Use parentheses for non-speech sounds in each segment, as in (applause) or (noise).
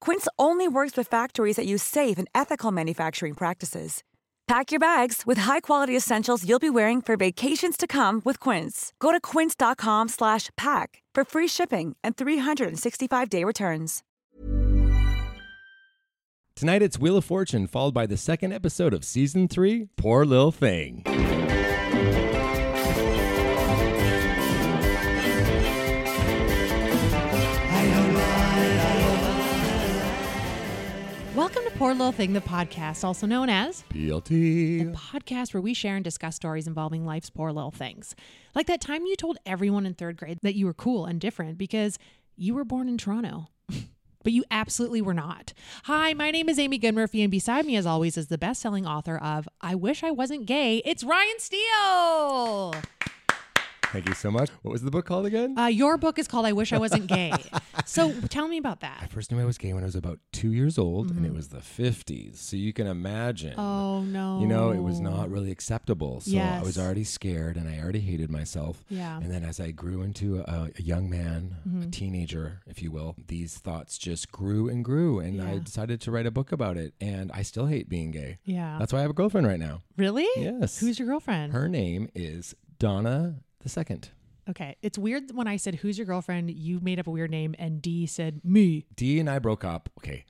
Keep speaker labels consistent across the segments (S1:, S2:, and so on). S1: Quince only works with factories that use safe and ethical manufacturing practices. Pack your bags with high-quality essentials you'll be wearing for vacations to come with Quince. Go to quince.com slash pack for free shipping and 365-day returns.
S2: Tonight it's Wheel of Fortune, followed by the second episode of season three, Poor Little Thing.
S3: Welcome to Poor Little Thing, the podcast, also known as the
S2: BLT.
S3: podcast where we share and discuss stories involving life's poor little things. Like that time you told everyone in third grade that you were cool and different because you were born in Toronto. (laughs) But you absolutely were not. Hi, my name is Amy Goodmurphy, and beside me, as always, is the best selling author of I Wish I Wasn't Gay. It's Ryan Steele.
S2: Thank you so much. What was the book called again?
S3: Uh, your book is called I Wish I
S2: (laughs)
S3: Wasn't Gay. so tell me about
S2: I
S3: that.
S2: first knew I was gay when I was about two years old, and it was the 50s. So you can imagine.
S3: Oh, no.
S2: You know, it was not really acceptable. So I was
S3: Yes.
S2: already scared and I already hated myself.
S3: Yeah.
S2: And then as I grew into a, a young man, a teenager, if you will, these thoughts just grew and grew. And I
S3: Yeah.
S2: decided to write a book about it. And I still hate being gay.
S3: Yeah.
S2: That's why I have a girlfriend right now.
S3: really?
S2: Yes.
S3: Who's your girlfriend?
S2: Her name is Donna the Second.
S3: Okay. It's weird when I said, Who's your girlfriend? You made up a weird name, and D said, Me.
S2: D and I broke up. Okay.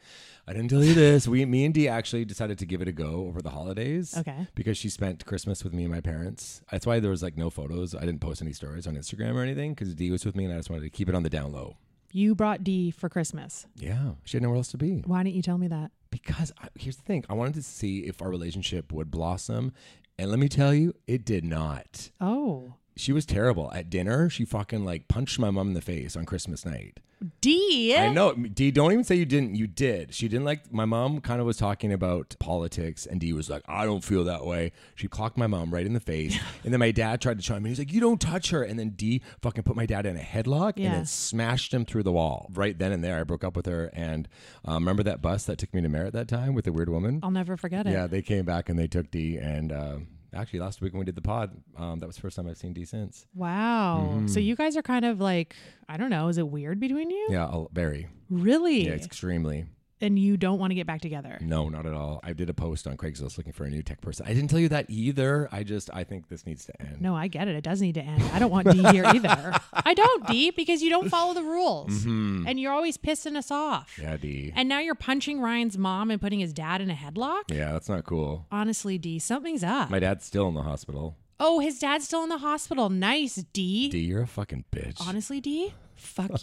S2: I didn't tell you this. We me and D actually decided to give it a go over the holidays.
S3: Okay.
S2: Because she spent Christmas with me and my parents. That's why there was like no photos. I didn't post any stories on Instagram or anything because D was with me and I just wanted to keep it on the down low.
S3: You brought D for Christmas.
S2: Yeah. She had nowhere else to be.
S3: Why didn't you tell me that?
S2: Because I, here's the thing. I wanted to see if our relationship would blossom. And let me tell you, it did not.
S3: Oh.
S2: She was terrible. At dinner, she fucking like punched my mom in the face on Christmas night.
S3: D.
S2: I know. D, don't even say you didn't. You did. She didn't like. My mom kind of was talking about politics, and D was like, "I don't feel that way." She clocked my mom right in the
S3: (laughs)
S2: face, and then my dad tried to chime in. He's like, "You don't touch her," and then D fucking put my dad in a headlock
S3: Yeah.
S2: and then smashed him through the wall. Right then and there, I broke up with her. And uh, remember that bus that took me to Merritt that time with the weird woman?
S3: I'll never forget Oh, it.
S2: yeah, they came back and they took D. And uh, actually, last week when we did the pod, um, that was the first time I've seen D since.
S3: Wow.
S2: Mm-hmm.
S3: So you guys are kind of like, I don't know, is it weird between you?
S2: Yeah, I'll, very.
S3: Really?
S2: Yeah, extremely.
S3: and you don't want to get back together.
S2: No, not at all. I did a post on Craigslist looking for a new tech person. I didn't tell you that either. I just I think this needs to end.
S3: No, I get it. It does need to end. I don't want D here either. I don't, D, because you don't follow the rules. And you're always pissing us off.
S2: Mm-hmm. Yeah, D.
S3: And now you're punching Ryan's mom and putting his dad in a headlock?
S2: yeah, that's not cool.
S3: Honestly, D, something's up.
S2: My dad's still in the hospital.
S3: Oh, his dad's still in the hospital. Nice, D.
S2: D, you're a fucking bitch.
S3: Honestly, D, fuck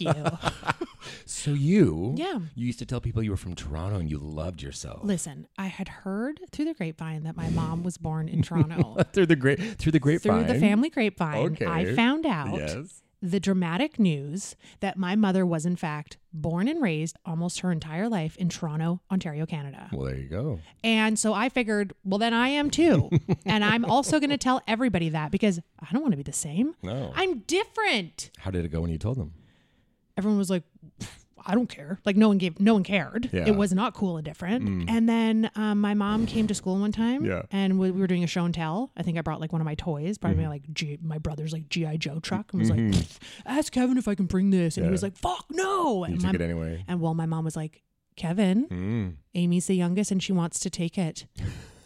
S2: (laughs)
S3: you.
S2: So you
S3: Yeah.
S2: You used to tell people you were from Toronto and you loved yourself.
S3: Listen, I had heard through the grapevine that my mom was born in Toronto.
S2: through the great through the (laughs) grapevine.
S3: Through the family grapevine,
S2: Okay.
S3: I found out
S2: Yes.
S3: the dramatic news that my mother was, in fact, born and raised almost her entire life in Toronto, Ontario, Canada.
S2: Well, there you go.
S3: And so I figured, well, then I am too. and I'm
S2: (laughs)
S3: also going to tell everybody that because I don't want to be the same.
S2: No.
S3: I'm different.
S2: How did it go when you told them?
S3: everyone was like, "Pff, I don't care. Like no one gave, no one cared.
S2: Yeah. Mm.
S3: It was not cool and different. And then um, my mom came to school one time,
S2: Yeah.
S3: and we, we were doing a show and tell. I think I brought like one of my toys, probably
S2: Mm-hmm.
S3: my like G, my brother's like GI Joe truck, and was like, "Pfft, ask Kevin if I can bring this, and
S2: Yeah.
S3: he was like, fuck no.
S2: You
S3: and,
S2: took
S3: my-
S2: it anyway.
S3: and well, my mom was like, Kevin,
S2: Mm.
S3: Amy's the youngest, and she wants to take
S2: (laughs)
S3: it.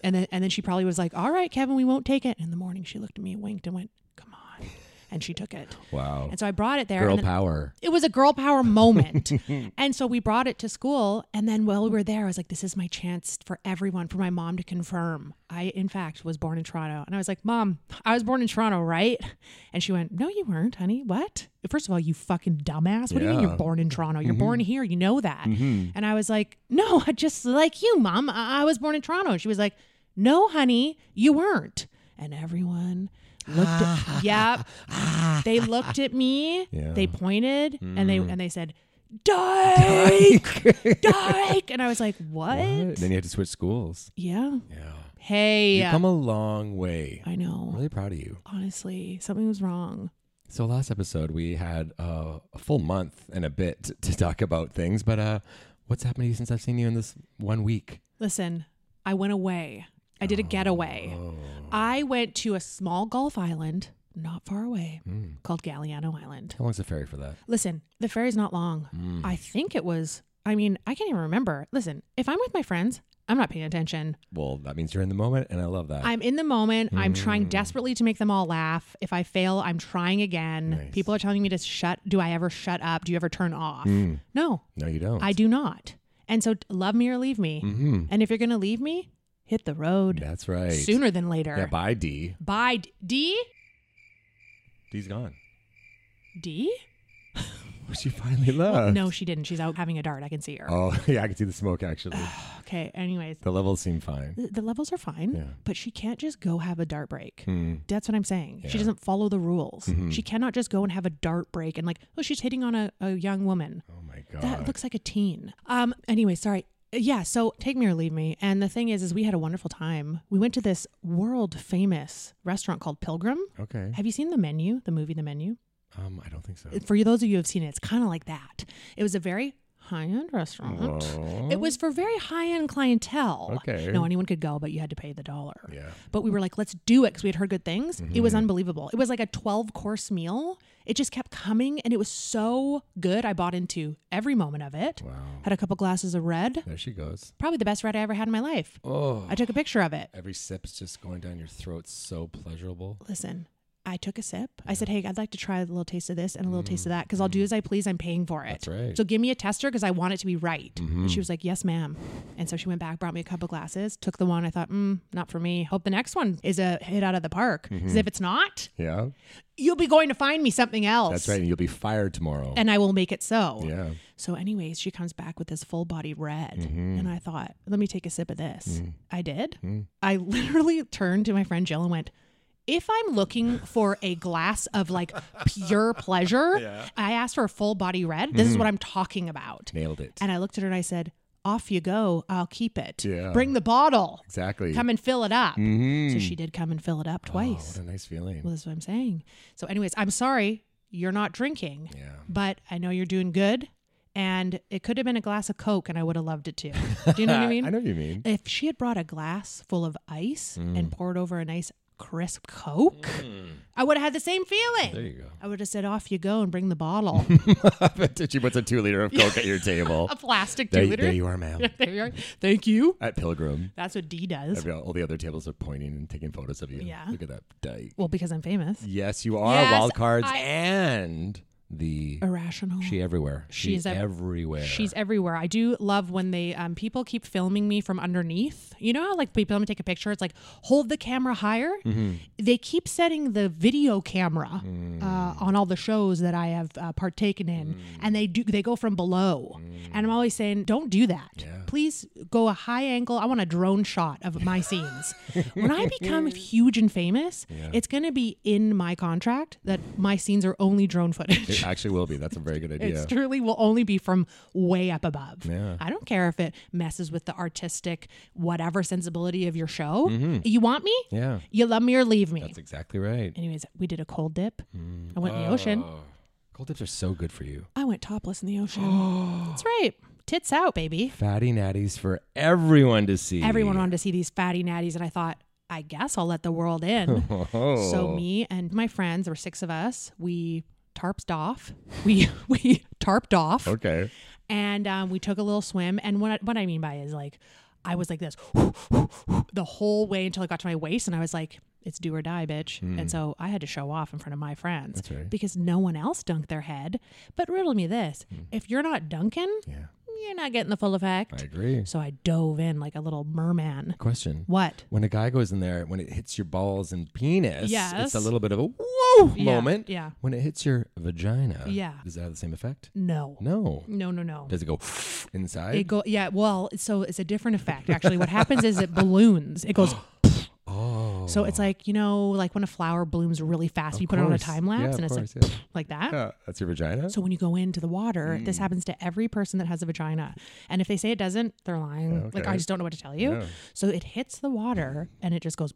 S3: And then, and then she probably was like, all right, Kevin, we won't take it. And in the morning, she looked at me, and winked, and went, come on. And she took it.
S2: Wow.
S3: And so I brought it there.
S2: Oh. Girl
S3: and then-
S2: power.
S3: it was a girl power moment. and so we brought it to school. And then while we were there, I was like, this is my chance for everyone, for my mom to confirm. I, in fact, was born in Toronto. And I was like, Mom, I was born in Toronto, right? And she went, No, you weren't, honey. What? First of all, you fucking dumbass. What do you mean
S2: Yeah.
S3: you're born in Toronto? You're born here. You know that. And I was like, No, I just like you, Mom. I, I was born in Toronto. And she was like, No, honey, you weren't. And everyone looked at, yep they looked at me
S2: Ah. Yeah. Mm.
S3: they pointed and they and they said dyke
S2: (laughs)
S3: dyke and i was like what,
S2: Then you had to switch schools.
S3: yeah
S2: Yeah.
S3: hey
S2: You've come a long way.
S3: i know
S2: I'm really proud of you.
S3: honestly something was wrong
S2: So last episode we had uh, a full month and a bit t- to talk about things, but uh, what's happened to you since I've seen you in this one week?
S3: listen i went away i did a getaway
S2: Oh.
S3: i went to a small gulf island not far away
S2: Hmm.
S3: called galliano island
S2: How long's the ferry for that?
S3: listen the ferry's not long
S2: Hmm.
S3: i think it was i mean i can't even remember listen if i'm with my friends i'm not paying attention
S2: Well, that means you're in the moment, and I love that.
S3: I'm in the moment. I'm trying
S2: hmm.
S3: desperately to make them all laugh. If I fail, I'm trying again.
S2: Nice.
S3: People are telling me to shut. Do I ever shut up? Do you ever turn off?
S2: Hmm.
S3: No,
S2: Mm, no, you don't.
S3: I do not. And so, t- love me or leave me.
S2: Mhm.
S3: And if you're gonna leave me, hit the road
S2: That's right.
S3: sooner than later.
S2: Yeah, bye, D.
S3: Bye, D- D.
S2: D's
S3: (sighs)
S2: gone.
S3: D.
S2: She finally left.
S3: Well, no, she didn't. She's out having a dart. I can see her.
S2: Uh. Oh, (laughs) yeah, I can see the smoke
S3: (sighs)
S2: actually.
S3: Okay. Anyways,
S2: the levels seem fine.
S3: the, the levels are fine,
S2: Yeah.
S3: but she can't just go have a dart break.
S2: Hmm.
S3: That's what I'm saying.
S2: Yeah. Mm-hmm.
S3: She doesn't follow the rules. She cannot just go and have a dart break and like, oh, she's hitting on a, a young woman.
S2: Oh my god.
S3: That looks like a teen. Um. Anyway, sorry. Yeah. So take me or leave me. And the thing is, is we had a wonderful time. We went to this world famous restaurant called Pilgrim.
S2: okay.
S3: Have you seen the menu? The movie, The Menu.
S2: Um, I don't think so.
S3: For you, those of you who have seen it, it's kind of like that. It was a very high end restaurant. It was for very high end clientele.
S2: Okay.
S3: No, anyone could go, but you had to pay the dollar.
S2: Yeah. Mm-hmm.
S3: But we were like, let's do it because we had heard good things. It was unbelievable. It was like a 12 course meal. It just kept coming and it was so good. I bought into every moment of it.
S2: Wow.
S3: Had a couple glasses of red.
S2: There she goes.
S3: Probably the best red I ever had in my life.
S2: Oh.
S3: I took a picture of it.
S2: Every sip's just going down your throat. So pleasurable.
S3: Listen, I took a sip. I said, hey, I'd like to try a little taste of this and a little taste of that because I'll do as I please. I'm paying for it.
S2: Mm-hmm. That's right. Mm-hmm.
S3: So give me a tester because I want it to be right. And she was like, yes, ma'am. And so she went back, brought me a couple glasses, took the one. I thought, mm, not for me. Hope the next one is a hit out of the park. 'Cause
S2: Mm-hmm.
S3: if it's not,
S2: Yeah.
S3: you'll be going to find me something else.
S2: That's right. And you'll be fired tomorrow.
S3: And I will make it so.
S2: yeah.
S3: So, anyways, she comes back with this full body red.
S2: Mm-hmm.
S3: And I thought, let me take a sip of this.
S2: Mm.
S3: I did. I literally turned to my friend Jill and went, if I'm looking for a glass of like pure pleasure, I asked for a full body red. This
S2: Mm-hmm.
S3: is what I'm talking about.
S2: Nailed it.
S3: And I looked at her and I said, off you go. I'll keep it.
S2: Yeah.
S3: Bring the bottle.
S2: exactly.
S3: Come and fill it up.
S2: Mhm.
S3: So she did come and fill it up twice.
S2: Oh, what a nice feeling.
S3: Well, that's what I'm saying. So, anyways, I'm sorry you're not drinking,
S2: yeah.
S3: but I know you're doing good. And it could have been a glass of Coke, and I would have loved it too. Do you know
S2: (laughs)
S3: what I mean?
S2: I know what you mean.
S3: If she had brought a glass full of ice
S2: Mm.
S3: and poured over a nice crisp Coke, I would have had the same feeling.
S2: There you go.
S3: I would have said, "Off you go and bring the bottle,
S2: (laughs) she puts a two liter of Coke at your table.
S3: (laughs) a plastic
S2: there,
S3: two
S2: there
S3: liter."
S2: you are, ma'am.
S3: (laughs) There you are. Thank you.
S2: at Pilgrim.
S3: That's what D does.
S2: Every- all the other tables are pointing and taking photos of you.
S3: Yeah.
S2: Look at that dyke.
S3: Well, because I'm famous.
S2: Yes, you are
S3: Yes,
S2: wild cards
S3: I-
S2: and the
S3: Irrational.
S2: she everywhere. She
S3: She's
S2: she's
S3: a-
S2: everywhere.
S3: She's everywhere. I do love when they um, people keep filming me from underneath. You know, how, like people let me take a picture. It's like hold the camera higher. They keep setting the video camera uh, on all the shows that I have uh, partaken in, and they do they go from below. And I'm always saying, don't do that. Please go a high angle. I want a drone shot of my scenes. when I become huge and famous, it's going to be in my contract that my scenes are only drone footage.
S2: (laughs) It actually will be. That's a very good idea.
S3: It's truly will only be from way up above.
S2: Yeah.
S3: I don't care if it messes with the artistic whatever sensibility of your show. You want me?
S2: Mm-hmm. Yeah.
S3: You love me or leave me.
S2: That's exactly right. Mm. Oh.
S3: Anyways, we did a cold dip. I went in the ocean.
S2: Cold dips are so good for you.
S3: I went topless in the
S2: (gasps)
S3: ocean. That's right. Tits out, baby.
S2: Fatty natties for everyone to see.
S3: Everyone wanted to see these fatty natties, and I thought, I guess I'll let the world in.
S2: (laughs) (laughs) Oh.
S3: So me and my friends, there were six of us, we tarped off. We (laughs) we tarped off,
S2: Okay.
S3: and um, we took a little swim. And what I, what I mean by is like, I was like this (gasps) the whole way until it got to my waist, and I was like, it's do or die, bitch.
S2: Hmm.
S3: And so I had to show off in front of my friends because no one else dunked their head. But riddle me this:
S2: Hmm.
S3: if you're not dunking,
S2: Yeah.
S3: you're not getting the full
S2: I
S3: effect.
S2: agree.
S3: So I dove in like a little merman.
S2: Question.
S3: What?
S2: When a guy goes in there, when it hits your balls and penis, it's
S3: Yes.
S2: a little bit of a whoa
S3: Yeah,
S2: moment.
S3: yeah.
S2: When it hits your vagina,
S3: Yeah.
S2: does that have the same effect?
S3: No.
S2: No.
S3: No, no, no.
S2: Does it go (laughs) inside?
S3: It go yeah, well, so it's a different effect. Actually, what happens is
S2: (laughs)
S3: it balloons. It goes
S2: (gasps) oh.
S3: so it's like, you know, like when a flower blooms really fast, you put it on a
S2: course.
S3: time
S2: Yeah, of
S3: lapse and it's like
S2: course, yeah.
S3: like that.
S2: Yeah, Mm. that's your vagina.
S3: So when you go into the water, this happens to every person that has a vagina. And if they say it doesn't, they're lying. Like
S2: okay.
S3: I just don't know what to tell you.
S2: Yeah.
S3: So it hits
S2: (laughs)
S3: the water and it just goes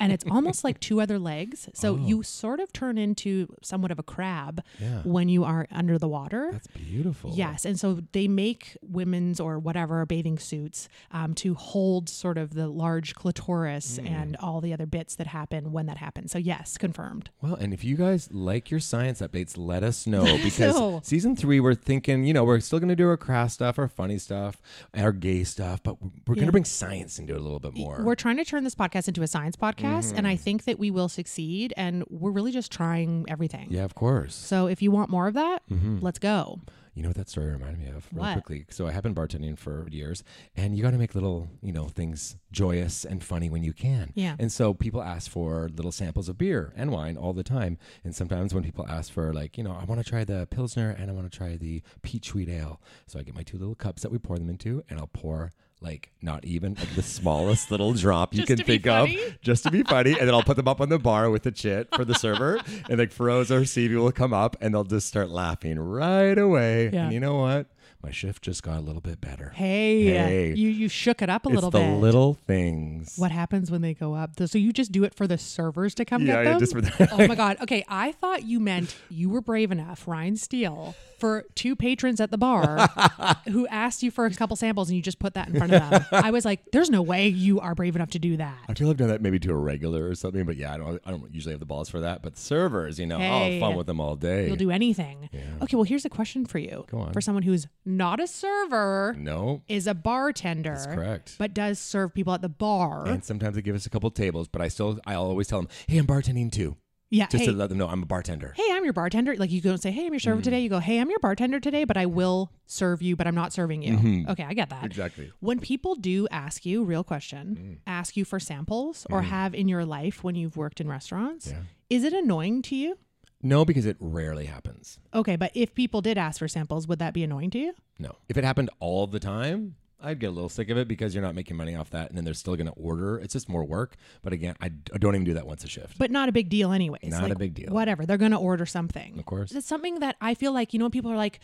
S3: and it's almost like two other legs. So you sort of turn into somewhat of a crab
S2: Oh. Yeah.
S3: when you are under the water.
S2: that's beautiful.
S3: Yes, and so they make women's or whatever bathing suits um, to hold sort of the large clitoris
S2: Mm.
S3: and all the other bits that happen when that happens. So yes, confirmed.
S2: Well, and if you guys like your science updates, let us know because
S3: know.
S2: season three, we're thinking, you know, we're still going to do our craft stuff, our funny stuff, our gay stuff, but we're going to bring science into it a little bit more.
S3: We're trying to turn this podcast into a science podcast, and I
S2: Mm-hmm.
S3: think that we will succeed. And we're really just trying everything.
S2: yeah, of course.
S3: So if you want more of that,
S2: Mm-hmm.
S3: let's go.
S2: You know what that story reminded me of real
S3: What?
S2: quickly. So I have been bartending for years, and you got to make little, you know, things joyous and funny when you can.
S3: Yeah.
S2: And so people ask for little samples of beer and wine all the time. And sometimes when people ask for like, you know, I want to try the pilsner and I want to try the peach wheat ale, so I get my two little cups that we pour them into, and I'll pour. Like not even like the (laughs) smallest little drop you
S3: Just
S2: can
S3: to be
S2: think
S3: funny?
S2: of, just to be funny. And then I'll put them up on the bar with the chit for the server. And like Feroz or Stevie will come up and they'll just start laughing right away.
S3: Yeah.
S2: And you know what? My shift just got a little bit better.
S3: Hey, uh,
S2: Hey.
S3: you you shook it up a
S2: it's
S3: little
S2: the
S3: bit.
S2: little things.
S3: what happens when they go up? So you just do it for the servers to come
S2: Yeah,
S3: get
S2: yeah,
S3: them?
S2: just for the- (laughs)
S3: oh my god. Okay, I thought you meant you were brave enough, Ryan Steele, for two patrons at the bar
S2: (laughs)
S3: who asked you for a couple samples and you just put that in front of them. I was like, there's no way you are brave enough to do
S2: I
S3: that.
S2: feel I've done that maybe to a regular or something, but yeah, I don't. I don't usually have the balls for that. But servers, you know, I'll
S3: Hey.
S2: have fun with them all day.
S3: You'll do anything. Okay, well here's a question for you.
S2: Go on.
S3: For someone who's not a server,
S2: no,
S3: is a bartender.
S2: that's correct.
S3: But does serve people at the bar.
S2: and sometimes they give us a couple tables, but I still, I always tell them, "Hey, I'm bartending too,"
S3: yeah.
S2: just
S3: hey,
S2: to let them know I'm a bartender.
S3: hey, I'm your bartender. Like you go and say, hey, I'm your server today. You go, hey, I'm your bartender today, but I will serve you, but I'm not serving you. Okay, I get that.
S2: Exactly.
S3: When people do ask you, real question, ask you for samples or have in your life when you've worked in restaurants, is it annoying to you?
S2: No, because it rarely happens.
S3: Okay, but if people did ask for samples, would that be annoying to you?
S2: No. If it happened all the time, I'd get a little sick of it because you're not making money off that and then they're still going to order. It's just more work. But again, I, d- I don't even do that once a shift.
S3: But not a big deal, anyways.
S2: Not a
S3: Like,
S2: big deal.
S3: Whatever. They're going to order something.
S2: Of course.
S3: It's something that I feel like, you know, people are like,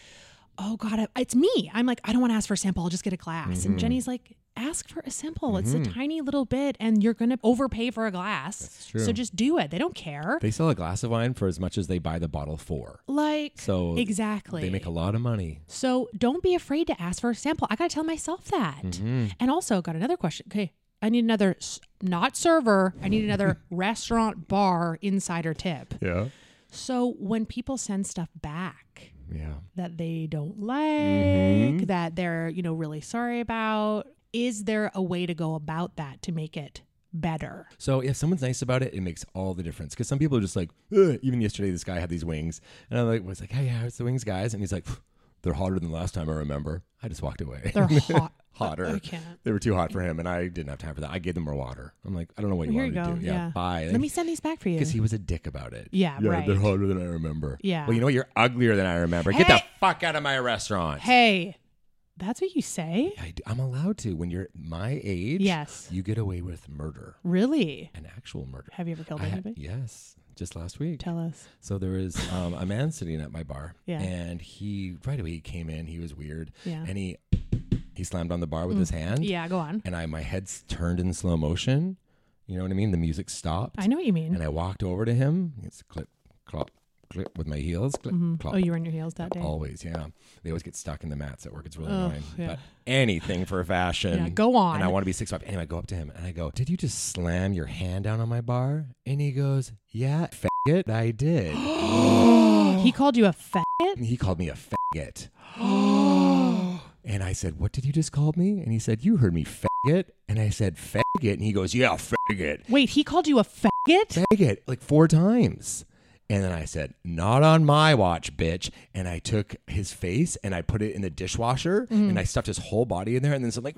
S3: oh, God, I- it's me. I'm like, I don't want to ask for a sample. I'll just get a glass.
S2: Mm-hmm.
S3: And Jenny's like, ask for a sample. It's a tiny little bit, and you're going to overpay for a glass. That's
S2: true.
S3: So just do it. They don't care.
S2: They sell a glass of wine for as much as they buy the bottle for.
S3: like,
S2: So
S3: exactly.
S2: They make a lot of money.
S3: So don't be afraid to ask for a sample. I got to tell myself that.
S2: Mm-hmm.
S3: And also, got another question. Okay. I need another, s- not server, I
S2: (laughs)
S3: need another restaurant bar insider tip.
S2: Yeah.
S3: So when people send stuff back
S2: Yeah.
S3: that they don't like,
S2: Mm-hmm.
S3: that they're, you know, really sorry about, is there a way to go about that to make it better?
S2: So if someone's nice about it, it makes all the difference. Because some people are just like, Ugh. even yesterday, this guy had these wings, and I like was like, "Hey, how's the wings, guys?" And he's like, "They're hotter than last time I remember." I just walked away. (laughs)
S3: They're hot.
S2: hotter.
S3: I can't.
S2: They were too hot for him, and I didn't have time for that. I gave them more water. I'm like, I don't know what you
S3: Here you
S2: want me
S3: go.
S2: to do. Yeah, bye.
S3: Let me send these back for you.
S2: because he was a dick about it.
S3: Yeah, right.
S2: They're hotter than I remember.
S3: Yeah.
S2: Well, you know what? You're uglier than I remember. Get
S3: Hey!
S2: the fuck out of my restaurant.
S3: hey, that's what you say?
S2: I, am allowed to when you're my age.
S3: Yes.
S2: You get away with murder,
S3: Really?
S2: an actual murder.
S3: Have you ever killed
S2: I ha-
S3: anybody?
S2: yes, just last week.
S3: Tell us.
S2: So there was um, a man sitting at my bar,
S3: Yeah.
S2: and he right away he came in. He was weird,
S3: Yeah. Mm.
S2: and he he slammed on the bar with his hand.
S3: Yeah, go on.
S2: and I my head's turned in slow motion. You know what I mean? The music stopped,
S3: I know what you mean.
S2: and I walked over to him. It's clip, clop, click, with my heels. Click, clop.
S3: Oh, you were in your
S2: (gasps)
S3: heels that day.
S2: Always, yeah. They always get stuck in the mats at work. It's really
S3: Ugh,
S2: annoying.
S3: yeah.
S2: But anything for fashion.
S3: Yeah, go on.
S2: And I want to be six five. Anyway, I go up to him and I go, "Did you just slam your hand down on my bar?" And he goes, "Yeah, f- it, I
S3: (gasps)
S2: did."
S3: He called you a faggot.
S2: (gasps) And he called me a faggot. and I said, "What did you just call me?" And he said, "You heard me, faggot." And I said, "Faggot," and he goes, "Yeah, faggot."
S3: Wait, he called you a faggot?
S2: faggot like four times. And then I said, not on my watch, bitch. And I took his face and I put it in the dishwasher
S3: Mm-hmm.
S2: and I stuffed his whole body in there. And then some like,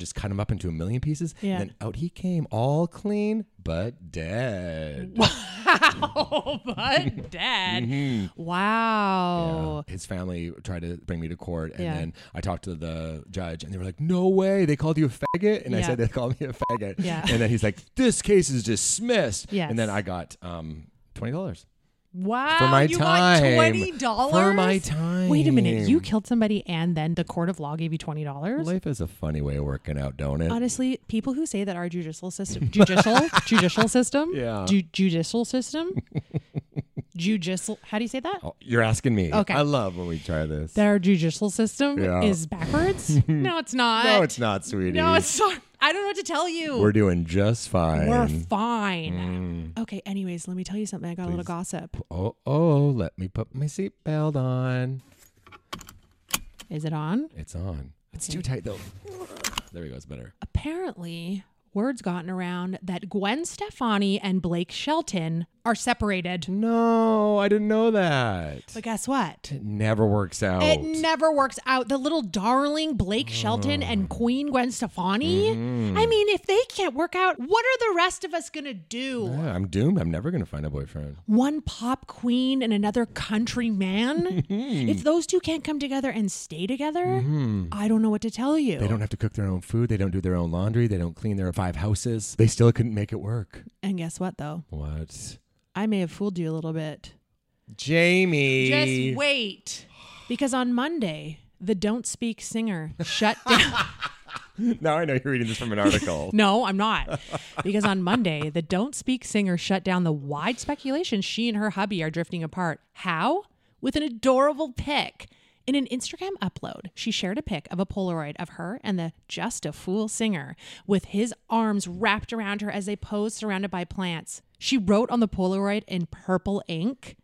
S2: just cut him up into a million pieces. And
S3: Yeah.
S2: then out he came, all clean, but dead.
S3: Wow, (laughs)
S2: (laughs)
S3: but dad.
S2: Mm-hmm.
S3: Wow.
S2: Yeah. Uh, His family tried to bring me to court. And
S3: Yeah.
S2: then I talked to the judge and they were like, no way. They called you a faggot. And I
S3: Yeah.
S2: said, they called me a faggot.
S3: Yeah.
S2: And then he's like, this case is dismissed. And
S3: Yes.
S2: then I got um, $20.
S3: Wow.
S2: for my
S3: you
S2: time.
S3: got twenty dollars
S2: For my
S3: Wait a minute. You
S2: time.
S3: killed somebody, and then the court of law gave you twenty dollars.
S2: Life is a funny way of working out, don't it?
S3: Honestly, people who say that our judicial
S2: (laughs)
S3: system, judicial, judicial system,
S2: Yeah.
S3: ju-
S2: (laughs)
S3: judicial system, judicial. How do you say that?
S2: Oh, you're asking me.
S3: Okay.
S2: I love when we try this.
S3: That our judicial system
S2: Yeah.
S3: is backwards.
S2: (laughs)
S3: no, it's not.
S2: no, it's not, sweetie.
S3: No, it's not. I don't know what to tell you.
S2: We're Mm. doing just fine.
S3: We're fine. Okay. Anyways, let me tell you something. I got a little gossip.
S2: oh, oh, let me put my seatbelt on.
S3: Is it on?
S2: It's on. It's too tight, though. There we go. It's better.
S3: Apparently, word's gotten around that Gwen Stefani and Blake Shelton are separated.
S2: No, I didn't know that.
S3: But guess what?
S2: it never works out.
S3: It never works out. The little darling Blake Shelton and
S2: Oh.
S3: Queen Gwen Stefani.
S2: Mm-hmm.
S3: I mean, if they can't work out, what are the rest of us going to do?
S2: Yeah, I'm doomed. I'm never going to find a boyfriend.
S3: One pop queen and another country man?
S2: Mm-hmm.
S3: if those two can't come together and stay together, I don't know what to tell you.
S2: They don't have to cook their own food. They don't do their own laundry. They don't clean their five houses. They still couldn't make it work.
S3: and guess what, though?
S2: What?
S3: I may have fooled you a little bit.
S2: Jamie.
S3: Just wait. Because on Monday, the Don't Speak singer shut down. (laughs)
S2: Now I know you're reading this from an article.
S3: No, I'm not. Because on Monday, the Don't Speak singer shut down the wide speculation she and her hubby are drifting apart. How? With an adorable pic. In an Instagram upload, she shared a pic of a Polaroid of her and the Just a Fool singer with his arms wrapped around her as they posed surrounded by plants. She wrote on the Polaroid in purple ink,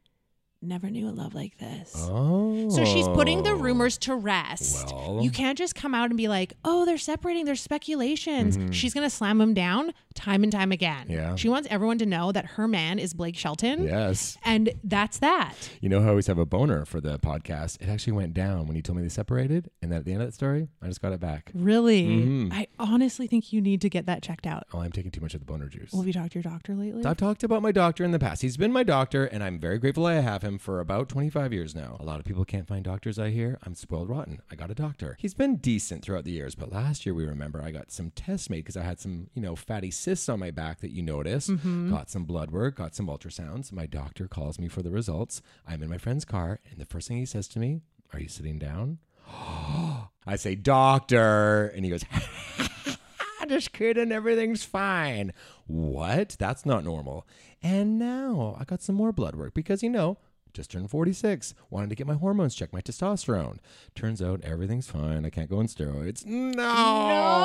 S3: Never knew a love like this.
S2: Oh.
S3: So she's putting the rumors to rest.
S2: Well.
S3: You can't just come out and be like, oh, they're separating, there's speculations. She's going to slam them down time and time again.
S2: Mm-hmm. Yeah.
S3: She wants everyone to know that her man is Blake Shelton.
S2: Yes.
S3: And that's that.
S2: You know how I always have a boner for the podcast? It actually went down when you told me they separated. And then at the end of that story, I just got it back.
S3: Really?
S2: Mm-hmm.
S3: I honestly think you need to get that checked out.
S2: Oh, I'm taking too much of the boner juice.
S3: Well, have you talked to your doctor lately?
S2: I've talked about my doctor in the past. He's been my doctor, and I'm very grateful I have him for about 25 years now. A lot of people can't find doctors, I hear. I'm spoiled rotten. I got a doctor. He's been decent throughout the years, but last year we remember I got some tests made because I had some, you know, fatty cysts on my back that you notice. Got some blood work, got some ultrasounds. My doctor calls me for the results. I'm in my friend's car, and the first thing he says to me, Are you sitting down? I say, Doctor. And he goes, (laughs) just kidding, everything's fine. What? That's not normal. And now I got some more blood work because, you know, just turned 46, wanted to get my hormones checked, my testosterone. Turns out everything's fine. I can't go on steroids. No!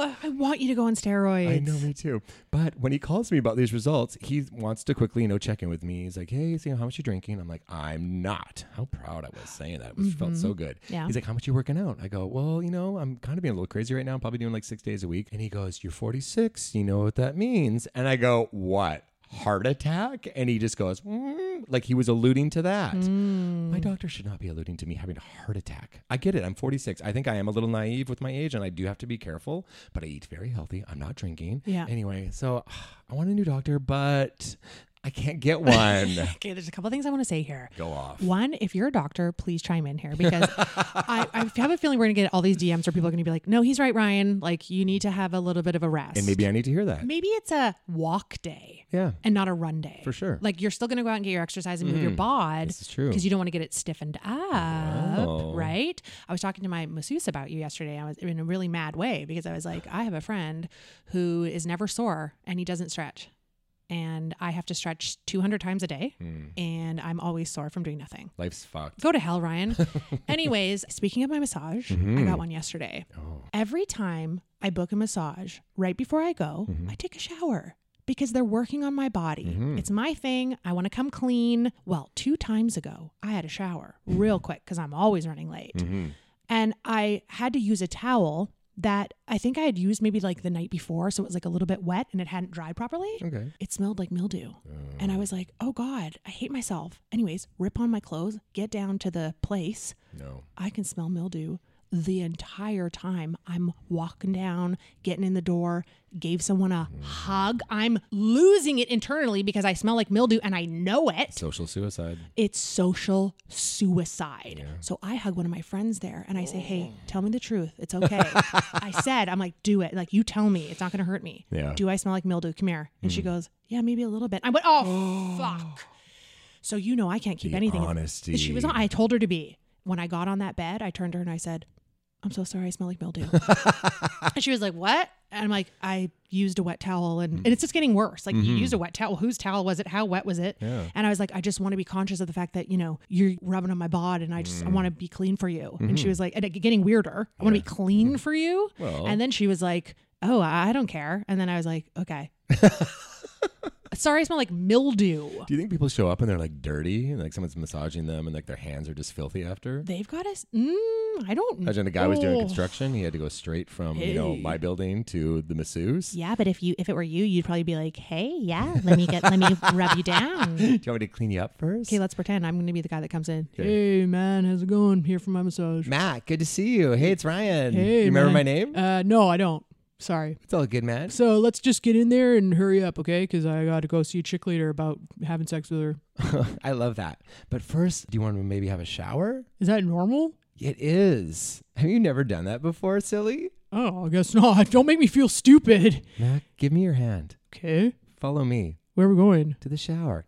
S3: No, I want you to go on steroids.
S2: Oh. I know, me too. But when he calls me about these results, he wants to quickly, you know, check in with me. He's like, "Hey, so how much you drinking?" I'm like, "I'm not." How proud I was saying that. It was- felt so good.
S3: Yeah.
S2: He's like, "How much you working out?" I go, "Well, you know, I'm kind of being a little crazy right now. I'm probably doing like six days a week." And he goes, "You're 46. You know what that means?" And I go, "What?" Heart attack, and he just goes mm, like he was alluding to that. My
S3: Mm.
S2: doctor should not be alluding to me having a heart attack. I get it. I'm 46. I think I am a little naive with my age, and I do have to be careful. But I eat very healthy. I'm not drinking.
S3: Yeah.
S2: Anyway, so (sighs) I want a new doctor, but I can't get one.
S3: (laughs) (laughs) Okay, there's a couple things I want to say here.
S2: Go off.
S3: One, if you're a doctor, please chime in here because
S2: (laughs)
S3: I, I have a feeling we're going to get all these DMs where people are going to be like, no, he's right, Ryan. Like, you need to have a little bit of a rest.
S2: and maybe I need to hear that.
S3: Maybe it's a walk day
S2: Yeah.
S3: and not a run day.
S2: For sure. Mm.
S3: Like, you're still going to go out and get your exercise and move your bod.
S2: This is true. Oh.
S3: Because you don't want to get it stiffened up,
S2: Wow.
S3: right? I was talking to my masseuse about you yesterday. I was in a really mad way because I was like, I have a friend who is never sore and he doesn't stretch. and I have to stretch 200 times a day, and I'm always sore from doing nothing.
S2: Hmm. Life's fucked.
S3: Go to hell, Ryan. (laughs) Anyways, speaking of my massage, I got one yesterday.
S2: Oh.
S3: Every time I book a massage, right before I go, I take a shower because they're working on my body. It's my thing. I want to come clean. Well, two times ago, I had a shower real quick because I'm always running late. And I had to use a towel that I think I had used maybe like the night before. So it was like a little bit wet and it hadn't dried properly
S2: Okay.
S3: it smelled like mildew. And I was like, oh God, I hate myself. Anyways, rip on my clothes, get down to the place.
S2: No.
S3: I can smell mildew the entire time I'm walking down, getting in the door, gave someone a hug. I'm losing it internally because I smell like mildew and I know it
S2: Social suicide.
S3: it's social suicide. So I hug one of my friends there and I say, Hey, tell me the truth. It's okay. I said, I'm like, do it. Like, you tell me. It's not going to hurt me.
S2: Yeah.
S3: Do I smell like mildew? Come here. And she goes, Yeah, maybe a little bit. I went, Oh, fuck. So you know I can't keep
S2: The
S3: anything.
S2: honesty.
S3: She was on. I told her to be. When I got on that bed, I turned to her and I said, I'm so sorry. I smell
S2: (laughs)
S3: like mildew. and she was like, What? And I'm like, I used a wet towel
S2: Mm.
S3: and, and it's just getting worse. Like, you used a wet towel. Whose towel was it? How wet was it?
S2: Mm-hmm. Yeah.
S3: And I was like, I just want to be conscious of the fact that, you know, you're rubbing on my bod and I just
S2: Mm.
S3: I want to be clean for you. And she was like, and it getting weirder. I want to be clean for you.
S2: Mm-hmm. Well.
S3: And then she was like, Oh, I I don't care. And then I was like,
S2: (laughs)
S3: Okay. Sorry, I smell like mildew.
S2: Do you think people show up and they're like dirty and like someone's massaging them and like their hands are just filthy after?
S3: They've got us. Mm, I don't
S2: Imagine a guy was doing
S3: know.
S2: construction. He had to go straight from you know my building to the masseuse.
S3: Yeah, but if you if it were you, you'd probably be like, "Hey, yeah, let me get let me rub you
S2: (laughs)
S3: down."
S2: Do you want me to clean you up first?
S3: Okay, let's pretend I'm going to be the guy that comes in. Hey, man, how's it going? Here for my massage.
S2: Matt, good to see you. Hey, it's Ryan.
S3: Hey,
S2: you remember
S3: man.
S2: my name?
S3: Uh, no, I don't. Sorry.
S2: it's all good, Matt.
S3: So let's just get in there and hurry up, okay? Because I got to go see a chick leader about having sex with her.
S2: I love that. But first, do you want to maybe have a shower?
S3: Is that normal?
S2: It is. Have you never done that before, silly?
S3: Oh, I guess (laughs) not. Don't make me feel stupid.
S2: Mac, give me your hand.
S3: Okay,
S2: Follow me
S3: where are we going?
S2: to the shower.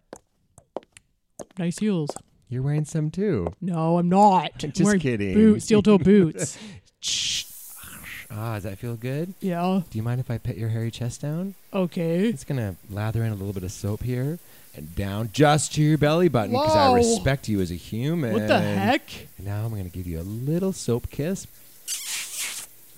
S3: Nice heels.
S2: You're wearing some too.
S3: No, I'm
S2: (laughs)
S3: not.
S2: Just
S3: I'm wearing
S2: kidding.
S3: Boots, steel
S2: (laughs)
S3: toe boots.
S2: Ah, does that feel good?
S3: yeah.
S2: Do you mind if I put your hairy chest down?
S3: Okay.
S2: It's gonna lather in a little bit of soap here and down just to your belly button because I
S3: Whoa.
S2: respect you as a human.
S3: What the heck?
S2: And now I'm gonna give you a little soap kiss.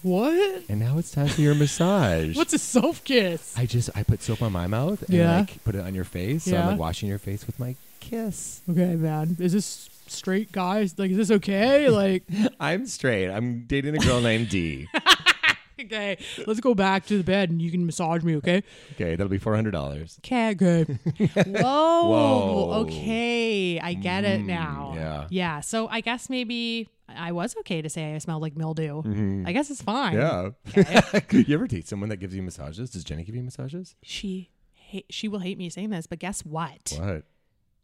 S3: What?
S2: And now it's time for your massage.
S3: What's a self kiss?
S2: I just I put soap on my mouth and
S3: Yeah.
S2: like put it on your face. So I'm
S3: Yeah.
S2: like washing your face with my kiss.
S3: Okay, man. Is this straight guys? Like, is
S2: (laughs)
S3: this okay? Like,
S2: I'm straight. I'm dating a girl named (laughs) D.
S3: okay, let's go back to the bed and you can massage me, okay?
S2: Okay, that'll be four hundred dollars.
S3: Okay,
S2: (laughs)
S3: good. Whoa.
S2: Whoa. Mm,
S3: oh, Okay, I get it now.
S2: yeah.
S3: Yeah. So I guess maybe I was okay to say I smelled like mildew. I guess it's fine.
S2: Mm-hmm. Yeah. (laughs) you ever date someone that gives you massages? Does Jenny give you massages?
S3: She. ha- She will hate me saying this, but guess what?
S2: What?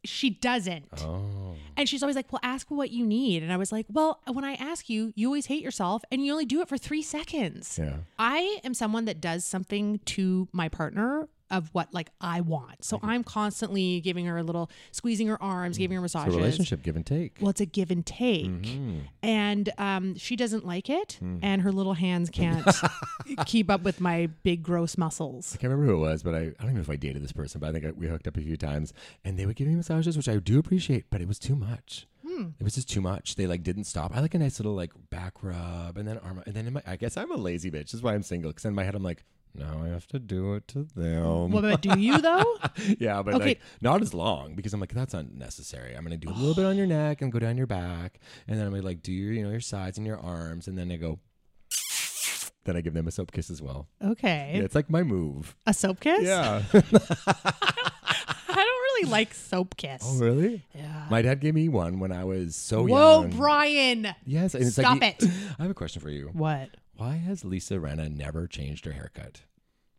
S3: She doesn't.
S2: Oh.
S3: And she's always like, Well, ask for what you need. And I was like, Well, when I ask you, you always hate yourself and you only do it for three seconds.
S2: Yeah.
S3: I am someone that does something to my partner of what like I want.
S2: Mm-hmm.
S3: So I'm constantly giving her a little squeezing her arms, giving her
S2: It's
S3: massages.
S2: a relationship Mm-hmm. give and take.
S3: Well, it's a give and take. And um, she doesn't like it
S2: Mm-hmm.
S3: and her little
S2: (laughs)
S3: hands can't keep up with my big gross muscles.
S2: I can't remember who it was, but I, I don't even know if I dated this person, but I think I, we hooked up a few times and they would give me massages, which I do appreciate, but it was too much. It was just too much. They like didn't stop. I like a nice little like back rub and then arm, and then in my, I guess I'm a lazy bitch. This is why I'm single. Cause in my head, I'm like, now I have to do it to them.
S3: What about do you
S2: (laughs)
S3: though?
S2: yeah, but
S3: Okay.
S2: like not as long because I'm like, that's unnecessary. I'm going to do a little bit on your neck and go down your back. And then I'm going to like do your, you know, your sides and your arms. And then I go, then I give them a soap kiss as well.
S3: Okay.
S2: Yeah, it's like my move.
S3: A soap kiss?
S2: Yeah.
S3: (laughs) I don't really like soap kiss.
S2: Oh, really? Yeah. Oh, My dad gave me one when I was so
S3: Whoa,
S2: young.
S3: Brian.
S2: Yes, and it's
S3: Stop
S2: like
S3: it.
S2: (laughs) I have a question for you.
S3: What?
S2: Why has Lisa Renna never changed her haircut?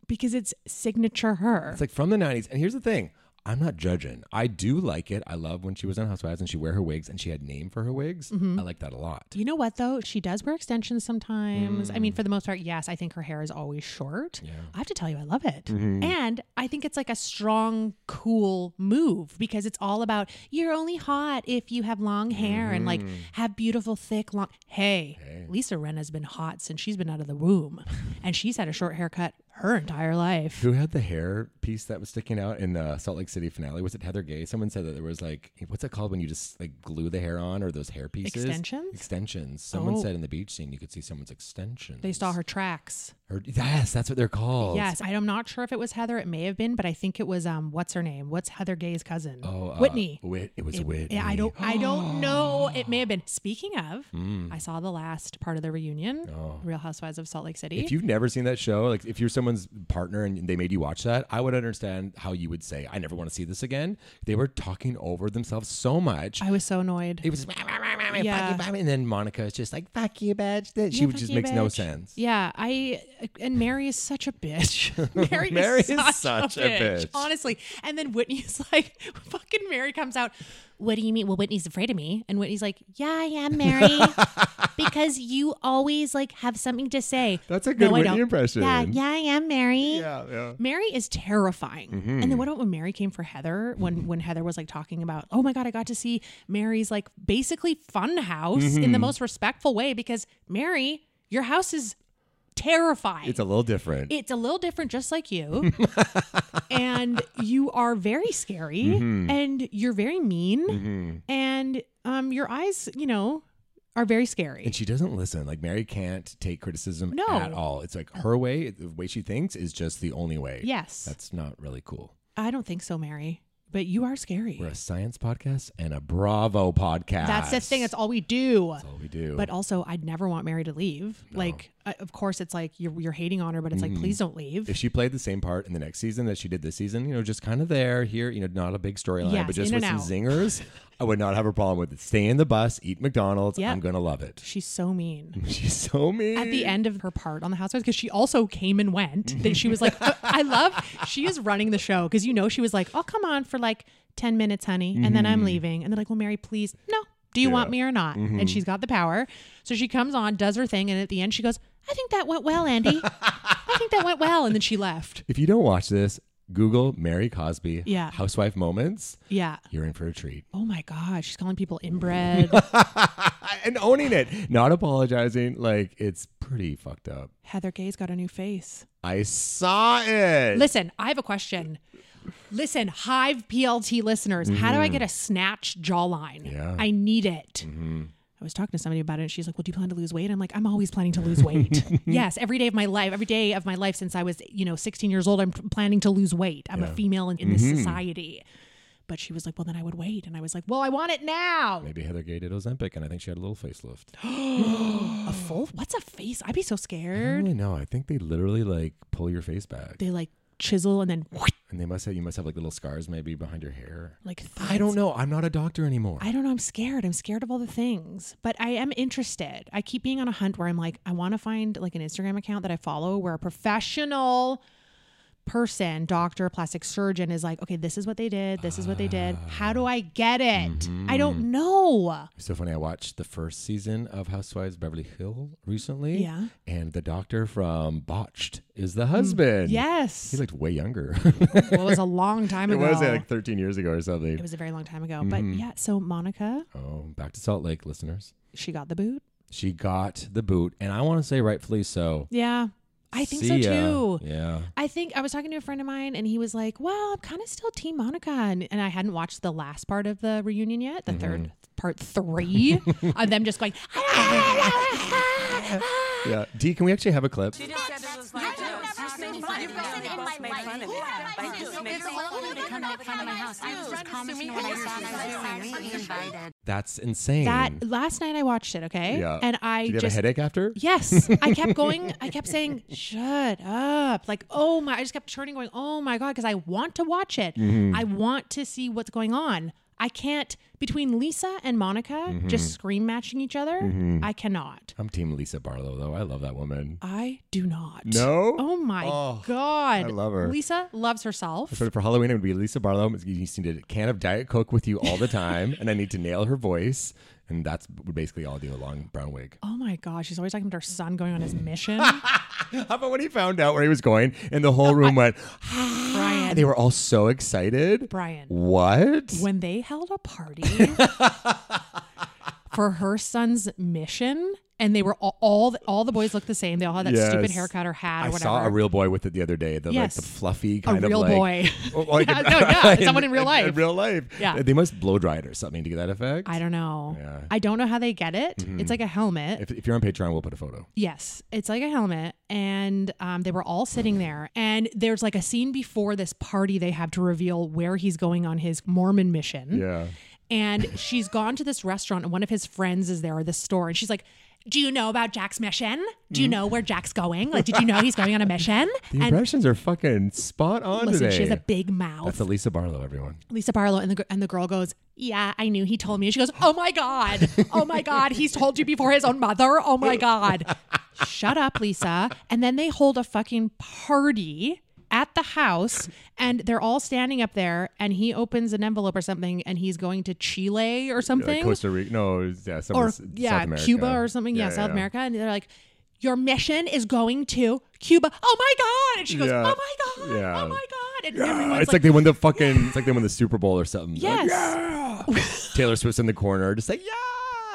S3: Because it's signature her.
S2: It's like from the '90s. And here's the thing: I'm not judging. I do like it. I love when she was on Housewives and she wear her wigs and she had name for her wigs.
S3: Mm-hmm.
S2: I like that a lot.
S3: you know what though? She does wear extensions sometimes. I
S2: Mm.
S3: mean, for the most part, yes, I think her hair is always short. I have to tell you, I love it.
S2: Mm-hmm.
S3: And I think it's like a strong, cool move because it's all about you're only hot if you have long hair and like
S2: Mm-hmm.
S3: have beautiful,
S2: (laughs)
S3: thick, long. Hey, Lisa Renna's been hot since she's been out of the womb, and she's had a short haircut her entire life.
S2: Who had the hair piece that was sticking out in the Salt Lake City finale? Was it Heather Gay? Someone said that there was like, what's it called when you just like glue the hair on or those hair pieces?
S3: Extensions?
S2: Extensions. Someone
S3: Oh.
S2: said in the beach scene you could see someone's extensions.
S3: They saw her tracks.
S2: Her- yes, that's what they're called.
S3: Yes, I'm not sure if it was Heather. It may have been, but I think it was um, what's her name? What's Heather Gay's cousin?
S2: Oh, uh,
S3: Whitney.
S2: Whit- it was
S3: It-
S2: Whitney.
S3: Yeah, I don't. I don't
S2: (gasps)
S3: know. It may have been. Speaking of,
S2: Hmm.
S3: I saw the last part of the reunion, Real Housewives of Salt Lake City.
S2: Oh. If you've never seen that show, like if you're someone's partner and they made you watch that, I would understand how you would say, I never want to see this again. They were talking over themselves so much.
S3: I was so annoyed.
S2: it was just, "Wah, wah, wah, wah, wah,
S3: Yeah.
S2: fuck you, fuck you," and then Monica is just like, fuck you, bitch. That- She
S3: Yeah,
S2: would
S3: fuck
S2: just
S3: you,
S2: makes no
S3: bitch.
S2: sense.
S3: Yeah, I and Mary is such
S2: (laughs)
S3: a bitch. (laughs) Mary,
S2: Mary
S3: is, such, a, bitch,
S2: bitch.
S3: Honestly, and then Whitney's (laughs) like, fucking Mary comes out. What do you mean? Well, Whitney's afraid of me, and Whitney's like, yeah, I am
S2: (laughs)
S3: Mary, because you always like have something to say.
S2: That's a
S3: No,
S2: good
S3: I
S2: Whitney
S3: don't.
S2: impression.
S3: Yeah, yeah, I am Mary.
S2: Yeah, yeah.
S3: Mary is terrifying.
S2: Mm-hmm.
S3: And then what about when Mary came for Heather? When when Heather was like talking about, oh my god, I got to see Mary's like basically fun house in the
S2: Mm-hmm.
S3: most respectful way because Mary, your house is terrifying.
S2: It's a little different.
S3: it's a little different, just
S2: (laughs)
S3: like you, and you are very scary,
S2: Mm-hmm.
S3: and you're very mean, and um, your eyes, you know, are very scary.
S2: and she doesn't listen. Like Mary can't take criticism
S3: No.
S2: at all. It's like her way, the way she thinks, is just the only way.
S3: yes,
S2: That's not really cool.
S3: I don't think so, Mary, but you are scary.
S2: We're a science podcast and a Bravo podcast.
S3: That's the thing. That's all we do.
S2: That's all we do.
S3: But also, I'd never want Mary to leave. Like, uh, of course, it's like you're, you're hating on her, but it's like, please don't leave.
S2: Mm-hmm. if she played the same part in the next season that she did this season, you know, just kind of there, here, you know, not a big storyline,
S3: Yes,
S2: but just
S3: in
S2: with some
S3: and out.
S2: zingers, I would not have a problem with it. Stay in the bus, eat McDonald's.
S3: Yep.
S2: I'm going to love it. (laughs)
S3: She's so mean.
S2: She's so mean.
S3: At the end of her part on The Housewives, because she also came and went, that she was like, uh, I love, (laughs) she is running the show because you know, she was like, I'll come on for like 10 minutes, honey, and then
S2: Mm-hmm.
S3: I'm leaving. And they're like, well, Mary, please, no. Do you want me or not? And she's got the power. So she comes on, does her thing, and at the end, she goes, I think that went well, Andy. I think that went well. And then she
S2: (laughs)
S3: left.
S2: If you don't watch this, Google Mary Cosby
S3: Yeah.
S2: housewife moments.
S3: Yeah.
S2: You're in for a treat. (laughs)
S3: Oh my God, she's calling people inbred.
S2: and owning it, not apologizing. Like, it's pretty fucked up.
S3: Heather Gay's got a new face.
S2: I saw it.
S3: Listen, I have a question. Listen, Hive PLT listeners, how do I get a snatch jawline?
S2: Mm-hmm. Yeah. Mm-hmm.
S3: I need it. I was talking to somebody about it, and she's like, "Well, do you plan to lose weight?" I'm like, "I'm always planning to
S2: (laughs)
S3: lose weight. yes, every day of my life, every day of my life since I was, you know, 16 years old, I'm planning to lose weight. I'm a female in, in this
S2: Mm-hmm.
S3: society." But she was like, "Well, then I would wait," and I was like, "Well, I want it now."
S2: Maybe Heather Gay did Ozempic, and I think she had a little facelift.
S3: A full? What's a face? I'd be so
S2: I
S3: scared.
S2: don't really know. I think they literally like pull your face back,
S3: They like chisel and then
S2: and they must have you must have like little scars maybe behind your hair.
S3: like.
S2: I don't know. I'm not a doctor anymore.
S3: I don't know. I'm scared. I'm scared of all the things, but I am interested. I keep being on a hunt where I'm like, I want to find like an Instagram account that I follow where a professional person, doctor, plastic surgeon is like, okay, this is what they did. This is what they did. How do I get it? I
S2: Mm-hmm.
S3: don't know.
S2: It's so funny. I watched the first season of Housewives Beverly Hill recently.
S3: Yeah. Mm,
S2: And the doctor from Botched is the husband.
S3: Yes.
S2: He looked way
S3: (laughs)
S2: younger.
S3: well, it was a long
S2: (laughs)
S3: time
S2: it
S3: ago.
S2: was like Mm-hmm. 13 years ago or something.
S3: It was a very long time ago. But yeah, so Monica,
S2: oh, back to Salt Lake, listeners.
S3: she got the boot.
S2: She got the boot, and I want to say rightfully so.
S3: Yeah. I think so
S2: See ya.
S3: too.
S2: Yeah.
S3: I think I was talking to a friend of mine and he was like, Well, I'm kind of still Team Monica. And, and I hadn't watched the last part of the reunion yet, the
S2: Mm-hmm.
S3: third part three
S2: (laughs)
S3: of them just going, "Ah,
S2: Yeah. D, can we actually have a clip? That's insane.
S3: That last night I watched it, okay?
S2: yeah.
S3: And I
S2: Did you have
S3: just.
S2: a headache after?
S3: Yes, I
S2: (laughs)
S3: kept going. I kept saying, "Shut up!" Like, oh my! I just kept turning, going, "Oh my god!" Because I want to watch it.
S2: Mm-hmm.
S3: I want to see what's going on. I can't between Lisa and Monica
S2: Mm-hmm.
S3: just scream matching each other. I cannot.
S2: I'm team Lisa Barlow though. I love that woman.
S3: I do not.
S2: No?
S3: Oh my
S2: Oh,
S3: god.
S2: I love her.
S3: Lisa loves herself.
S2: So for Halloween, I'm gonna be Lisa Barlow. I'm gonna need a can of Diet Coke with you all the time, and I need to nail her voice, and that's basically all I do. A long brown wig.
S3: Oh my gosh, she's always talking about her son going on
S2: (laughs)
S3: his mission. Oh.
S2: How about when he found out where he was going, and the whole room went?
S3: Brian.
S2: And (laughs) they were all so excited.
S3: Brian.
S2: What? (laughs)
S3: When they held a party for her son's mission. And they were all, all the, all the boys looked the same. They all had that stupid
S2: Yes.
S3: haircut or hat or
S2: I
S3: whatever.
S2: saw a real boy with it the other day. The
S3: Yes.
S2: like the fluffy
S3: A
S2: kind of
S3: real
S2: like,
S3: boy. (laughs)
S2: Well, (laughs) like- (laughs)
S3: Yeah, no, yeah, someone in real life.
S2: In real life,
S3: Yeah.
S2: They must blow dry it or something to get that effect.
S3: I don't know.
S2: Yeah. Mm-hmm.
S3: I don't know how they get it. It's like a helmet.
S2: If, if you're on Patreon, we'll put a photo.
S3: Yes, it's like a helmet, and um, they were all sitting there. And there's like a scene before this party they have to reveal where he's going on his Mormon mission.
S2: Yeah.
S3: And she's gone to this restaurant, and one of his friends is there at this store, and she's like, "Do you know about Jack's mission? Do you know where Jack's going? Like, did you know he's going on a mission?"
S2: Mm. (laughs) The
S3: and
S2: impressions are fucking spot on
S3: listen,
S2: today.
S3: she has a big mouth.
S2: That's the Lisa Barlow, everyone.
S3: Lisa Barlow and the gr- and the girl goes, "Yeah, I knew he told me." She goes, "Oh my god, oh my god, he's told you before his own mother. Oh my god, shut up, Lisa." And then they hold a fucking party at the house, and they're all standing up there, and he opens an envelope or something, and he's going to Chile or something,
S2: Like Costa Rica. No, yeah, somewhere
S3: or
S2: s- South
S3: yeah,
S2: America.
S3: Cuba or something. Yeah, South America, and they're like. Your mission is going to Cuba. Oh my God. And she goes,
S2: Yeah.
S3: Oh my God.
S2: Yeah.
S3: Oh my God. And
S2: Yeah,
S3: everyone's
S2: Uh, it's like, they won the fucking. It's like they won the Super Bowl or something. They're like,
S3: Yes.
S2: yeah. Taylor Swift's in the corner, just like yeah.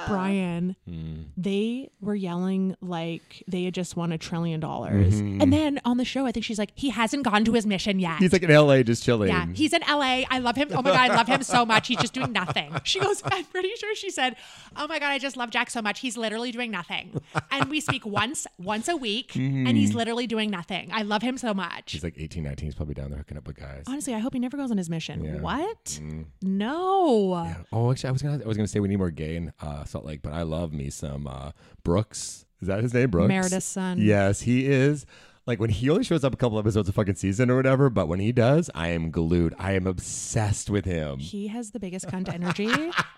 S3: Brian,
S2: Hmm.
S3: they were yelling like they had just won a trillion dollars. And then on the show, I think she's like, he hasn't gone to his mission yet.
S2: Mm-hmm. He's like in LA, just chilling.
S3: yeah, he's in LA. I love him. Oh my God, I love him so much. He's just
S2: (laughs)
S3: doing nothing. She goes, I'm pretty sure she said, Oh my God, I just love Jack so much. He's literally doing nothing. And we speak once, once a week, and he's literally doing nothing. I love him so much.
S2: Mm-hmm. He's like 18, 19. He's probably down there hooking up with guys.
S3: Honestly, I hope he never goes on his mission. What? No.
S2: Mm. Yeah. Oh, actually, I was gonna I was gonna say we need more gay in uh, Salt Lake, but I love me some uh, Brooks. Is that his name, Brooks?
S3: Meredith's son.
S2: Yes, he is. Like when he only shows up a couple episodes a fucking season or whatever, but when he does, I am glued. I am obsessed with him.
S3: He has the biggest cunt energy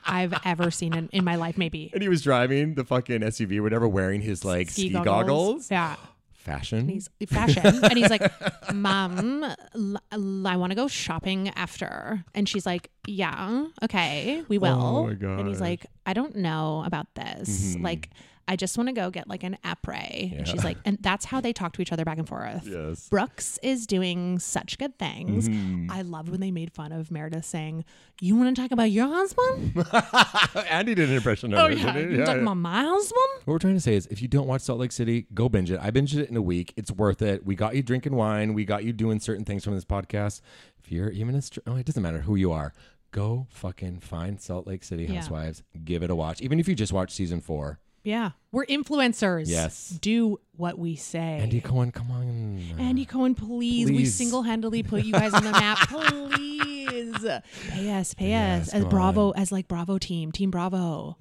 S3: I've ever seen in, in my life, maybe.
S2: And he was driving the fucking SUV, or whatever, wearing his like ski, goggles.
S3: Yeah.
S2: Fashion.
S3: He's fashion. and he's like, Mom, l- l- I want to go shopping after. And she's like, Yeah, okay, we will.
S2: Oh my Mm-hmm.
S3: And he's
S2: gosh.
S3: like, I don't know about this. Like, I just want to go get like an apres. And she's like, and that's how they talk to each other back and
S2: (laughs)
S3: forth.
S2: yes. (laughs)
S3: Brooks is doing such good things.
S2: Mm-hmm.
S3: I loved when they made fun of Meredith saying, You want to talk about your husband?
S2: Andy did an impression of
S3: oh,
S2: her,
S3: yeah.
S2: didn't
S3: You
S2: he?
S3: talk about my husband?
S2: What we're trying to say is if you don't watch Salt Lake City, go binge it. I binged it in a week. It's worth it. We got you drinking wine. We got you doing certain things from this podcast. If you're even a str- oh, it doesn't matter who you are. Go fucking find Salt Lake City
S3: Yeah.
S2: Housewives. Give it a watch. Even if you just watch season four.
S3: Yeah. We're influencers.
S2: Yes.
S3: Do what we say.
S2: Andy Cohen, come on.
S3: Andy Cohen, please. We
S2: Please.
S3: single handedly put you guys on the map.
S2: (laughs)
S3: Please. Pay us, pay
S2: Yes,
S3: us. As
S2: come
S3: Bravo, as like Bravo team, Team Bravo.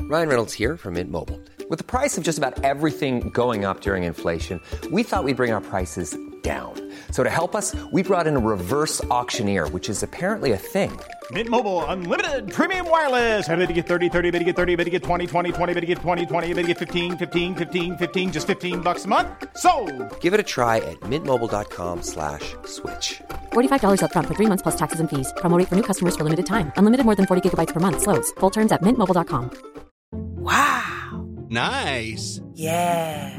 S4: Ryan Reynolds here from Mint Mobile. With the price of just about everything going up during inflation, we thought we'd bring our prices down. So to help us, we brought in a reverse auctioneer, which is apparently a thing.
S5: Mint Mobile unlimited premium wireless. Ready to get 30, 30, bet you get 30, bet you get 20, 20, 20, bet you get 20, 20, bet you get 15, 15, 15, 15 just 15 bucks a month. So,
S4: Give it a try at mintmobile.com slash switch.
S6: $45 upfront for three months plus taxes and fees. Promo rate for new customers for limited time. Unlimited more than 40 gigabytes per month. Slows. Full terms at mintmobile.com.
S7: Nice. Yeah.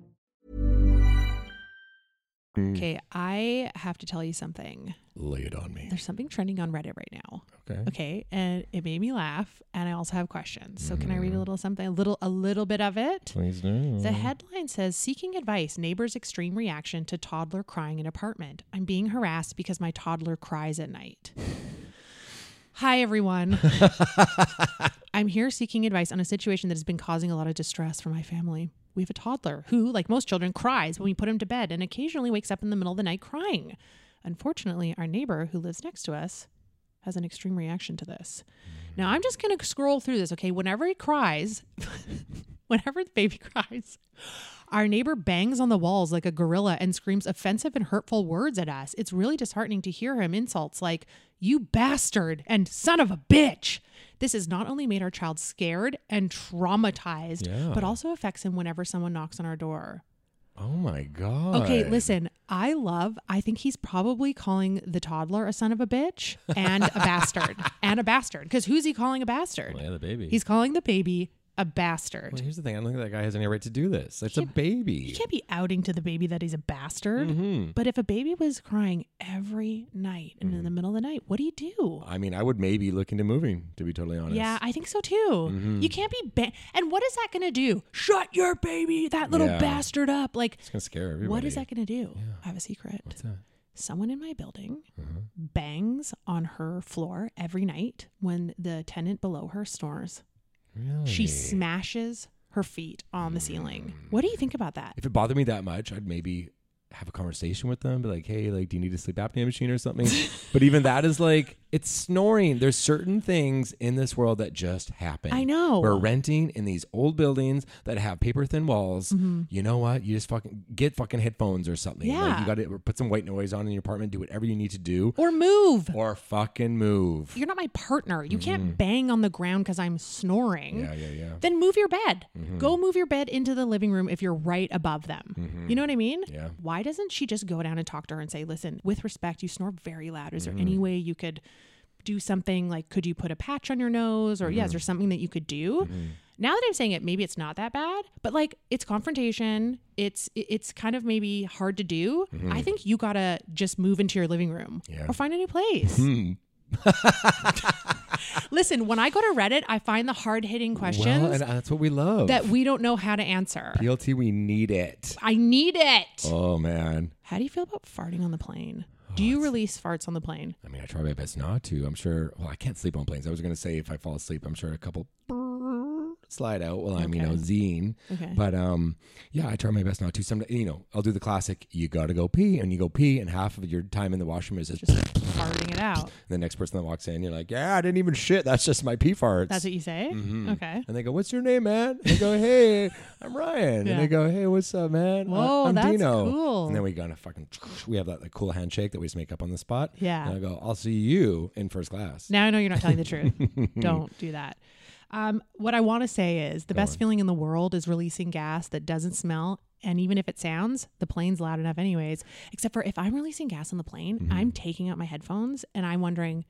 S2: Mm-hmm.
S3: Okay. I have to tell you something.
S2: Lay it on me.
S3: There's something trending on Reddit right now.
S2: Okay.
S3: Okay. And it made me laugh. And I also have questions. So can I
S2: Mm.
S3: read a little something, a little, a little bit of it?
S2: Please do.
S3: The headline says Seeking advice, neighbor's extreme reaction to toddler crying in apartment. I'm being harassed because my toddler cries at night. Hi, everyone. I'm here seeking advice on a situation that has been causing a lot of distress for my family. We have a toddler who, like most children, cries when we put him to bed and occasionally wakes up in the middle of the night crying. Unfortunately, our neighbor who lives next to us has an extreme reaction to this. Now, I'm just going to scroll through this, okay? Whenever he cries, (laughs) whenever the baby (laughs) cries, our neighbor bangs on the walls like a gorilla and screams offensive and hurtful words at us. It's really disheartening to hear him insults like, You bastard and son of a bitch. This has not only made our child scared and traumatized,
S2: Yeah.
S3: but also affects him whenever someone knocks on our door.
S2: Oh my god.
S3: Okay, listen, I love, I think he's probably calling the toddler a son of a bitch and a
S8: (laughs)
S3: bastard. And a bastard. Because who's he calling a bastard?
S8: Well, yeah, the baby.
S3: He's calling the baby a bastard.
S8: Well, here's the thing. I don't think that guy has any right to do this. It's a
S3: You
S8: baby.
S3: can't be outing to the baby that he's a bastard.
S8: Mm-hmm.
S2: Hmm.
S3: But if a baby was crying every night and
S8: Mm-hmm.
S3: in the middle of the night, what do you do?
S2: I mean, I would maybe look into moving, to be totally honest.
S3: Yeah, I think so too.
S8: Mm-hmm.
S3: You can't be. Ba- and what is that going to do? Shut your baby, that little
S2: Yeah.
S3: bastard up. Like,
S8: It's gonna scare everybody.
S3: what is that going to do? I have a secret. Someone in my building
S2: Mm-hmm.
S3: bangs on her floor every night when the tenant below her snores.
S2: Really?
S3: She smashes her feet on the ceiling. What do you think about that?
S2: If it bothered me that much, I'd maybe have a conversation with them, be like, "Hey, like, do you need a sleep apnea machine or
S3: (laughs)
S2: something?" but even that is like, it's snoring. There's certain things in this world that just happen.
S3: I know.
S2: We're renting in these old buildings that have paper thin walls.
S3: Mm-hmm.
S2: You know what? You just fucking get fucking headphones or something. Like,
S3: Yeah.
S2: you got to put some white noise on in your apartment. Do whatever you need to do,
S3: Or move.
S2: or fucking move.
S3: You're not my partner. You can't bang on the ground because I'm snoring.
S2: Mm-hmm. yeah, yeah, yeah.
S3: Then move your bed. Go move your bed into the living room if you're right above them. You know what I mean?
S2: Yeah.
S3: Why doesn't she just go down and talk to her and say, listen, with respect, you snore very loud. Is there any way you could do something like, could you put a patch on your nose? Or, yeah, is there something that you could do? Now that I'm saying it, maybe it's not that bad, but like it's confrontation. It's it- it's kind of maybe hard to do. I think you gotta just move into your living room
S2: Yeah.
S3: or find a new place. Listen, when I go to Reddit, I find the hard hitting questions
S2: uh,
S8: Well, and that's what we love.
S3: that we don't know how to answer.
S2: PLT, we need it.
S3: I need it.
S2: Oh man.
S3: How do you feel about farting on the plane? Do you release farts on the plane?
S2: I mean, I try my best not to. I'm sure. Well, I can't sleep on planes. I was going to say if I fall asleep, I'm sure a couple (laughs) slide out while I'm, you know,
S3: Okay.
S2: zine.
S3: Okay.
S2: But um, yeah, I try my best not to. Some, you know, I'll do the classic. You got to go pee, and you go pee, and half of your time in the washroom is just.
S3: Just farting it out.
S2: (laughs) the next person that walks in, you're like, yeah, I didn't even shit. That's just my pee farts.
S3: That's what you say?
S2: Mm-hmm.
S3: Okay.
S2: and they go, "What's your name, man?" And they go, "Hey, I'm Ryan."
S3: Yeah.
S2: And they go, "Hey, what's up, man? I-
S3: Whoa,
S2: I'm
S3: that's
S2: Dino."
S3: cool.
S2: And then we gonna fucking we have that like, cool handshake that we just make up on the spot.
S3: Yeah.
S2: And I go, "I'll see you in first class."
S3: Now I know you're not telling
S2: (laughs)
S3: the truth. don't do that. Um, what I want to say is the best feeling in the world is releasing gas that doesn't smell. And even if it sounds, the plane's loud enough, anyways. Except for if I'm releasing gas on the plane,
S2: Mm-hmm.
S3: I'm taking out my headphones and I'm wondering,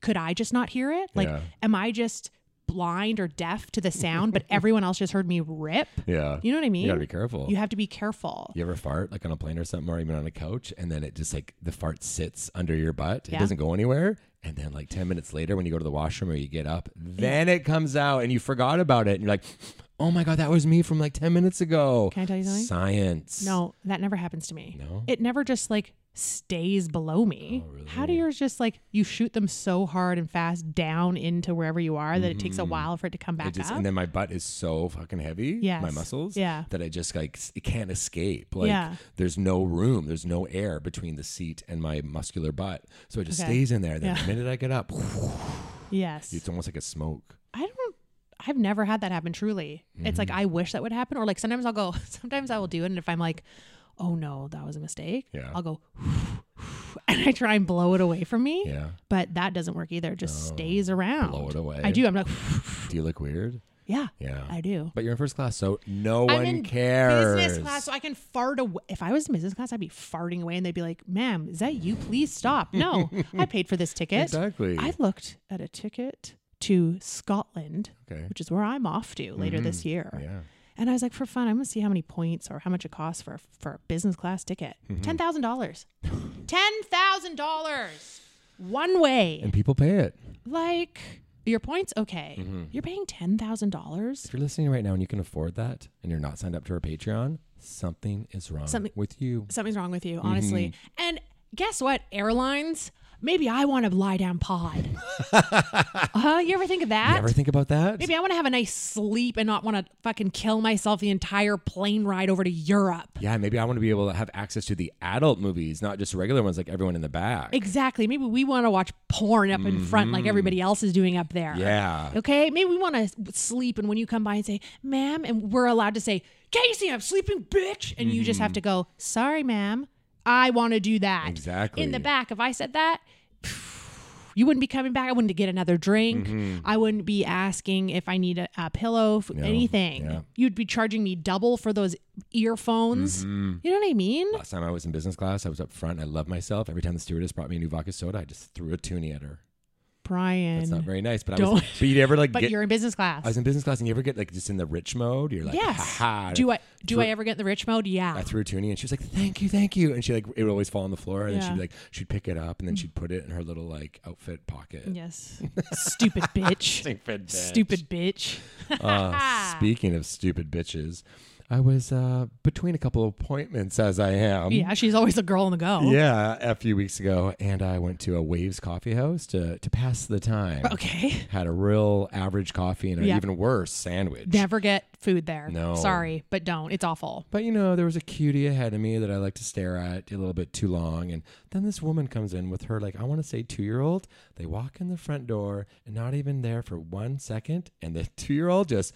S3: could I just not hear it? Like,
S2: Yeah.
S3: am I just blind or deaf to the sound, but everyone else just heard me rip?
S2: Yeah.
S3: You know what I mean?
S2: You gotta be careful.
S3: You have to be careful.
S2: You ever fart like on a plane or something, or even on a couch, and then it just like the fart sits under your butt. It
S3: Yeah.
S2: doesn't go anywhere. And then like ten minutes later, when you go to the washroom or you get up, then it comes out, and you forgot about it, and you're like, "Oh my god, that was me from like ten minutes ago."
S3: Can I tell you something?
S2: Science.
S3: No, that never happens to me.
S2: No? Oh,
S3: It never just like stays below me. How do yours just like you shoot them so hard and fast down into wherever you are that it takes a while for it to come
S2: Mm-hmm. It
S3: back
S2: just,
S3: up?
S2: and then my butt is so fucking heavy,
S3: Yes.
S2: my muscles,
S3: Yeah.
S2: that I just like s- it can't escape. Like
S3: Yeah.
S2: there's no room, there's no air between the seat and my muscular butt, so it just
S3: Okay.
S2: stays in there. Then
S3: Yeah.
S2: the minute I get up,
S3: yes.
S2: it's almost like a smoke.
S3: I don't I've never had that happen truly. It's
S2: Mm-hmm.
S3: like I wish that would happen or like sometimes I'll go (laughs) sometimes I will do it and if I'm like oh no, that was a mistake,
S2: Yeah.
S3: I'll go (laughs) and I try and blow it away from me.
S2: Yeah.
S3: But that doesn't work either. It just stays around.
S2: blow it away.
S3: I do. I'm like (laughs)
S2: Do you look weird?
S3: yeah.
S2: Yeah.
S3: I do.
S2: But you're in first class, so no
S3: I'm
S2: one
S3: in
S2: cares.
S3: Business class, so I can fart away. If I was in business class, I'd be farting away, and they'd be like, "Ma'am, is that you? Please
S2: (laughs)
S3: stop." No, I paid for this ticket.
S2: Exactly.
S3: I looked at a ticket to Scotland,
S2: Okay. Mm-hmm.
S3: which is where I'm off to later this year.
S2: Yeah.
S3: And I was like, for fun, I'm gonna see how many points or how much it costs for for a business class ticket.
S2: Mm-hmm. (laughs)
S3: thousand dollars. Ten thousand dollars. One way.
S2: And people pay it.
S3: like your points, okay.
S2: Mm-hmm.
S3: You're paying ten thousand dollars.
S2: If you're listening right now and you can afford that, and you're not signed up to our Patreon, something is wrong
S3: Something-
S2: with you.
S3: something's wrong with you, honestly. And guess what, airlines? Maybe I want to lie down pod. uh, you ever think of that?
S2: You ever think about that?
S3: Maybe I want to have a nice sleep and not want to fucking kill myself the entire plane ride over to Europe.
S2: Yeah, maybe I want to be able to have access to the adult movies, not just regular ones like everyone in the back.
S3: Exactly. Maybe we want to watch porn up in front like everybody else is doing up there.
S2: Yeah.
S3: Okay. Maybe we want to sleep, and when you come by and say, ma'am, and we're allowed to say, Casey, I'm sleeping, bitch. And you just have to
S2: Mm-hmm.
S3: go, sorry, ma'am. I want to do that.
S2: Exactly.
S3: In the back, if I said that, You wouldn't be coming back. I wouldn't get another drink.
S2: Mhm.
S3: I wouldn't be asking if I need a, a pillow, for
S2: Yeah,
S3: anything.
S2: yeah.
S3: You'd be charging me double for those earphones.
S2: Mhm.
S3: You know what I mean?
S2: Last time I was in business class, I was up front. I loved myself. Every time the stewardess brought me a new vodka soda, I just threw a toonie at her.
S3: Brian.
S2: That's not very nice, but I
S3: don't.
S2: was. But you ever like.
S3: (laughs) But
S2: get-
S3: you're in business class.
S2: I was in business class, and you ever get like just in the rich mode? You're like,
S3: yes.
S2: ha
S3: do I do
S2: Threw-
S3: I ever get in the rich mode? Yeah.
S2: I threw a toonie, and she was like, "Thank you, thank you," and she like it would always fall on the floor, and then
S3: Yeah. Mm-hmm.
S2: she'd be like she'd pick it up, and then she'd put it in her little like outfit pocket.
S3: Yes.
S2: (laughs)
S3: Stupid bitch.
S2: Stupid bitch.
S3: Stupid bitch.
S2: Uh, (laughs) speaking of stupid bitches, I was uh, between a couple of appointments as I am.
S3: yeah, she's always a girl on the go.
S2: Um, Yeah, a few weeks ago, and I went to a Waves Coffee House to to pass the time.
S3: Okay.
S2: Had a real average coffee and an
S3: Yeah.
S2: even worse sandwich.
S3: Never get food there.
S2: No.
S3: Sorry, but don't. It's
S2: (laughs)
S3: awful.
S2: But you know, there was a cutie ahead of me that I like to stare at a little bit too long. And then this woman comes in with her, like, I want to say two year old. They walk in the front door and not even there for one second. And the (laughs) two year old just,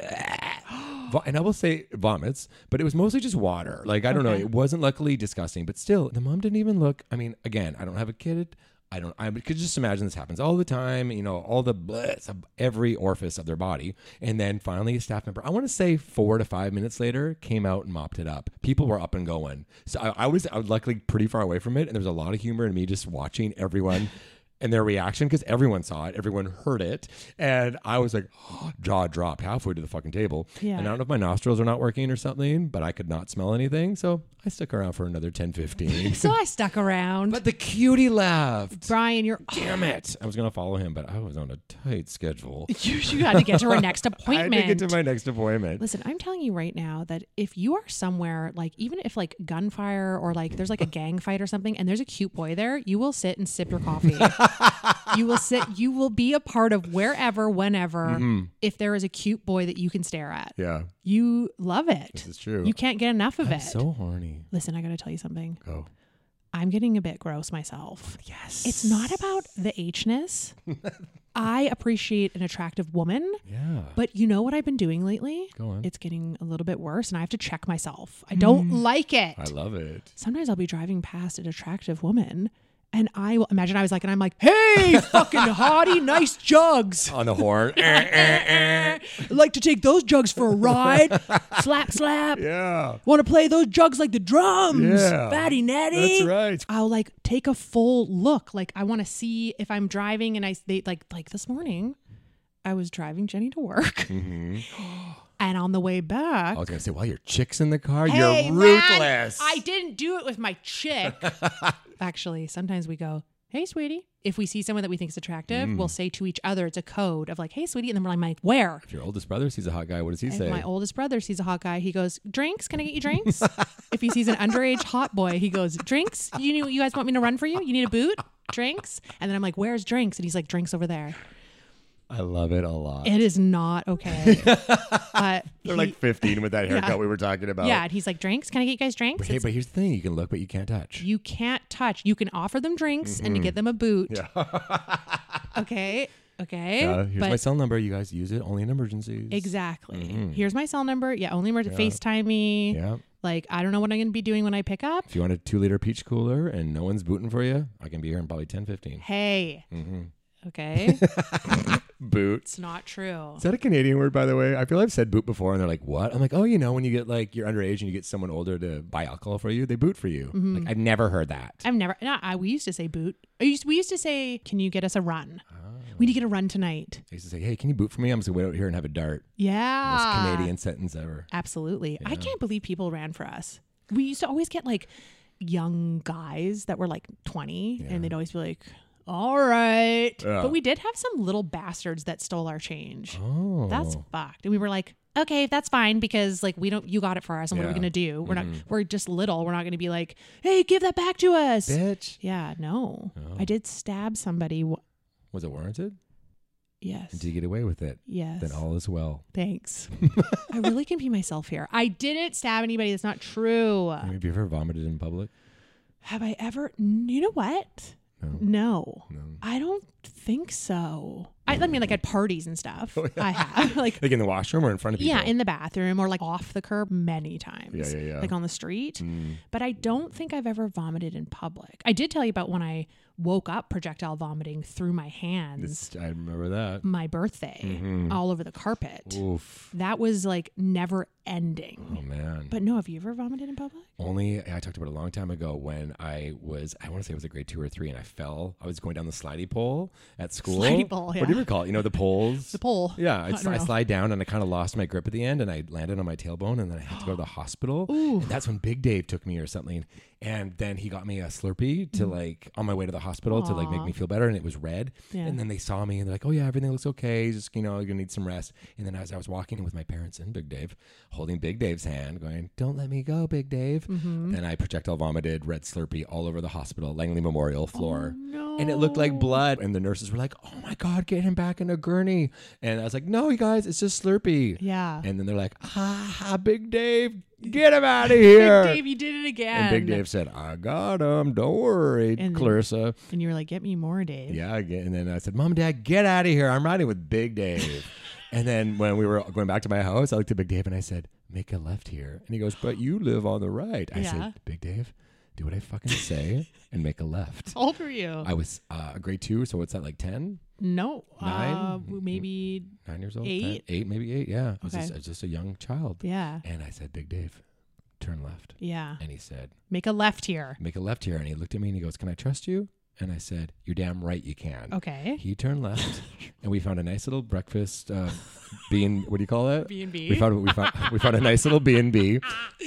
S2: (gasps) vo- and I will say vomits, but it was mostly just water. Like, I don't know.
S8: Okay.
S2: It wasn't luckily disgusting, but still, the mom didn't even look. I mean, again, I don't have a kid. I don't, I could just imagine this happens all the time, you know, all the bless of every orifice of their body. And then finally, a staff member, I want to say four to five minutes later, came out and mopped it up. People were up and going. So I, I was, I was luckily pretty far away from it. And there was a lot of humor in me just watching everyone. And their reaction, because everyone saw it, everyone heard it, and I was like, (gasps) jaw dropped halfway to the fucking table.
S3: Yeah.
S2: And I don't know if my nostrils are not working or something, but I could not smell anything. So I stuck around for another 10,
S3: (laughs)
S2: 15.
S3: So I stuck around.
S2: But the cutie left.
S3: Brian, you're (laughs)
S2: Damn it. I was going to follow him, but I was on a tight schedule.
S3: You, you had to get to her next
S2: (laughs)
S3: appointment.
S2: I had to get to my next appointment.
S3: Listen, I'm telling you right now that if you are somewhere like even if like gunfire or like there's like a gang fight or something and there's a cute boy there, you will sit and sip
S2: (laughs)
S3: your coffee. you will sit you will be a part of wherever whenever
S2: Mhm.
S3: if there is a cute boy that you can stare at.
S2: Yeah.
S3: You love it. This
S2: is true.
S3: You can't get enough of
S2: I'm
S3: it.
S2: so horny.
S3: Listen, I got to tell you something.
S2: Go.
S3: I'm getting a bit
S2: (laughs)
S3: gross myself. Yes. It's not about the H-ness. I appreciate an attractive woman.
S2: Yeah.
S3: But you know what I've been doing lately?
S2: Go on. Mm.
S3: It's getting a little bit worse, and I have to check myself. I don't like it.
S2: I love
S3: (laughs)
S2: it.
S3: Sometimes I'll be driving past an attractive woman, and I will imagine I was like, and I'm like,
S2: (laughs)
S3: hey, fucking hottie, nice jugs.
S2: On the (laughs) horn.
S3: I'd like to take those jugs for a
S2: (laughs)
S3: ride. slap, slap.
S2: Yeah.
S3: Want to play those jugs like the drums?
S2: Yeah.
S3: Fatty natty.
S2: That's right.
S3: I'll like take a full look. Like I want to see if I'm driving, and I they like like this morning, I was driving Jenny to work,
S2: Mhm.
S3: (gasps) and on the way back,
S2: I was going to say, while your chick's in the car,
S3: Hey,
S2: you're
S3: man,
S2: ruthless.
S3: I didn't do it with my
S2: (laughs)
S3: chick. Actually, sometimes we go, hey, sweetie. If we see someone that we think is attractive,
S2: Mm.
S3: we'll say to each other, it's a code of like, hey, sweetie. And then we're like, where?
S2: If your oldest brother sees a hot guy, what does he
S3: If
S2: say?
S3: my oldest brother sees a hot guy, he goes, drinks? Can I get you drinks? if he sees an underage hot boy, he goes, drinks? You, knew, you guys want me to run for you? You need a boot? Drinks? And then I'm like, where's drinks? And he's like, drinks over there.
S2: I love it a lot.
S3: It is not okay. but
S2: (laughs) They're
S3: he-
S2: like 15 with that
S3: (laughs) Yeah.
S2: haircut we were talking about.
S3: yeah, and he's like, drinks? Can I get you guys drinks?
S2: But, hey,
S3: It's-
S2: but here's the thing you can look, but you can't touch.
S3: You can't touch. You can offer them drinks and
S2: Mm-hmm.
S3: you get them a boot.
S2: (laughs)
S3: okay. Okay.
S2: Yeah, Uh, here's my
S3: But-
S2: cell number. You guys use it only in emergencies.
S3: Exactly.
S2: Mhm.
S3: Here's my cell number. Yeah. Only emergency. FaceTime me.
S2: Yeah.
S3: Like, I don't know what I'm going to be doing when I pick up.
S2: If you want a two liter peach cooler and no one's booting for you, I can be here in probably 10, 15.
S3: Hey.
S2: Mm-hmm.
S3: Okay.
S2: Boot.
S3: it's
S2: (laughs)
S3: not true.
S2: Is that a Canadian word, by the way? I feel I've said boot before, and they're like, "What?" I'm like, "Oh, you know, when you get like you're underage and you get someone older to buy alcohol for you, they boot for you."
S3: Mhm.
S2: Like I've never heard that.
S3: I've never, no, I, we used to say boot. I used, we used to say, can you get us a run?
S2: Oh.
S3: We need to get a run tonight.
S2: I used to say, "Hey, can you boot for me?" I'm just gonna wait out here and have a dart.
S3: Yeah.
S2: Most Canadian sentence ever.
S3: Absolutely. I
S2: Yeah.
S3: can't believe people ran for us. We used to always get like young guys that were like 20 and they'd always be like, all right.
S2: Yeah.
S3: But we did have some little bastards that stole our change.
S2: Oh,
S3: That's fucked. And we were like, okay, that's fine because like we don't, you got it for us. And what are
S2: Yeah.
S3: we going to do? We're
S2: Mhm.
S3: not, we're just little. We're not going to be like, hey, give that back to us.
S2: bitch.
S3: Yeah, no.
S2: Oh.
S3: I did stab somebody. W-
S2: Was it warranted?
S3: yes.
S2: Did you get away with it?
S3: Yes.
S2: Then all is well. (laughs)
S3: Thanks. I really can be myself here. I didn't stab anybody. That's not true.
S2: Have you ever vomited in public?
S3: Have I ever? n- You know what?
S2: No.
S3: No.
S2: No.
S3: I don't think so. I, I mean, like at parties and stuff,
S2: Oh,
S3: I have (laughs) like
S2: Like in the washroom or in front of people?
S3: yeah, in the bathroom or like off the curb many times.
S2: Yeah, yeah, yeah.
S3: Like on the street.
S2: Mm.
S3: But I don't think I've ever vomited in public. I did tell you about when I woke up projectile vomiting through my hands
S2: It's- I remember that.
S3: my birthday
S2: Mhm.
S3: all over the carpet.
S2: Oof.
S3: That was like never ending.
S2: Oh, man.
S3: But no, have you ever vomited in public?
S2: Only I talked about it a long time ago when I was I want to say it was a grade two or three and I fell. I was going down the slidey pole at school.
S3: Slidey pole, yeah.
S2: What do you recall? it? You know the poles.
S3: The pole.
S2: Yeah,
S3: I
S2: I,
S3: don't
S2: sli- I
S3: know.
S2: slide down and I kind of lost my grip at the end and I landed on my tailbone and then I had to
S3: (gasps)
S2: go to the hospital.
S3: Ooh.
S2: And that's when Big Dave took me or something, and then he got me a Slurpee to like on my way to the hospital to like make
S3: Mm. Aw.
S2: me feel better and it was red.
S3: Yeah.
S2: And then they saw me and they're like, "Oh yeah, everything looks okay. Just you know, you're gonna need some rest." And then as I was walking in with my parents and Big Dave, holding Big Dave's hand, going, "Don't let me go, Big Dave."
S3: Mm-hmm.
S2: Then I projectile vomited red Slurpee all over the hospital, Langley Memorial
S3: Oh,
S2: floor. And it looked like blood. And the nurses were like, oh my God, get him back in a gurney. And I was like, no, you guys, it's just Slurpee.
S3: Yeah.
S2: And then they're like, ah, ha, Big Dave, get him out of here.
S3: Big Dave, you did it
S2: and
S3: again.
S2: Big Dave said, I got him. Don't worry,
S3: And-
S2: Clarissa.
S3: And you were like, get me more, Dave.
S2: Yeah, again. And then I said, Mom and Dad, get out of here. I'm riding with Big
S3: (laughs)
S2: Dave. and then when we were going back to my house, I looked at Big Dave and I said, Make a left here. And he goes, But you live on the right. I
S3: Yeah.
S2: said, Big Dave, do what I fucking say and make a
S3: (laughs)
S2: left.
S3: How old were you?
S2: I was uh, grade two, so what's that, like 10?
S3: no. Uh,
S2: Nine?
S3: w- maybe.
S2: Nine years old?
S3: Eight?
S2: Ten- eight, maybe eight, yeah. I was,
S3: Okay.
S2: just, I was just a young child.
S3: Yeah.
S2: And I said, Big Dave, turn left.
S3: Yeah.
S2: And he said,
S3: Make a left here.
S2: Make a left here. And he looked at me and he goes, Can I trust you? And I said, You're damn right you can.
S3: Okay.
S2: He turned
S3: (laughs)
S2: left, and we found a nice little breakfast uh, bean. What do you call it?
S3: B&B.
S2: We found we found we found a nice little B and
S3: (laughs)
S2: B,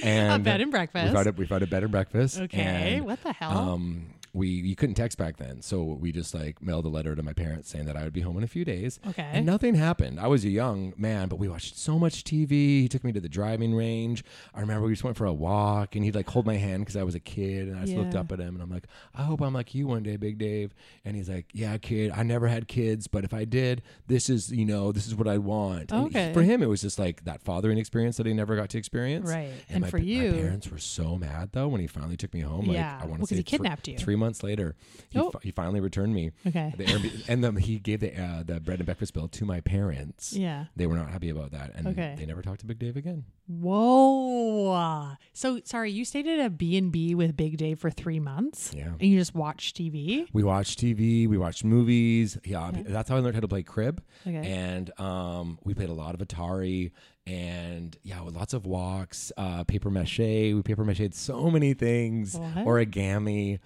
S2: and
S3: bed and
S2: We
S3: breakfast.
S2: found a, we found a bed and breakfast.
S3: Okay,
S2: and,
S3: what the hell?
S2: Um, we you couldn't text back then, so we just like mailed a letter to my parents saying that I would be home in a few days.
S3: Okay.
S2: and nothing happened. I was a young man, but we watched so much TV. He took me to the driving range. I remember we just went for a walk, and he'd like hold my hand because I was a kid, and I just looked
S3: Yeah.
S2: up at him and I'm like, I hope I'm like you one day, Big Dave. And he's like, Yeah, kid, I never had kids, but if I did, this is, you know, this is what I want. And he-
S3: Okay.
S2: for him, it was just like that fathering experience that he never got to experience.
S3: Right. And
S2: my,
S3: for
S2: my
S3: you-
S2: parents were so mad though when he finally took me home.
S3: Yeah.
S2: Like, I want
S3: Well,
S2: to
S3: 'cause
S2: say
S3: he
S2: thr-
S3: kidnapped you.
S2: Three months later, he,
S3: Oh.
S2: fi- he finally returned me.
S3: Okay.
S2: The Airbnb, and then he gave the uh, the bread and breakfast bill to my parents.
S3: Yeah.
S2: They were not happy about that. And
S3: Okay.
S2: they never talked to Big Dave again.
S3: Whoa. So sorry, you stayed at a B&B with Big Dave for 3 months?
S2: Yeah.
S3: And you just watched TV?
S2: We watched TV. We watched movies. Yeah, that's how I learned how to play crib.
S3: Okay.
S2: And um, we played a lot of Atari, and yeah, with lots of walks, uh, paper mache. We paper mached so many things,
S3: What?
S2: origami,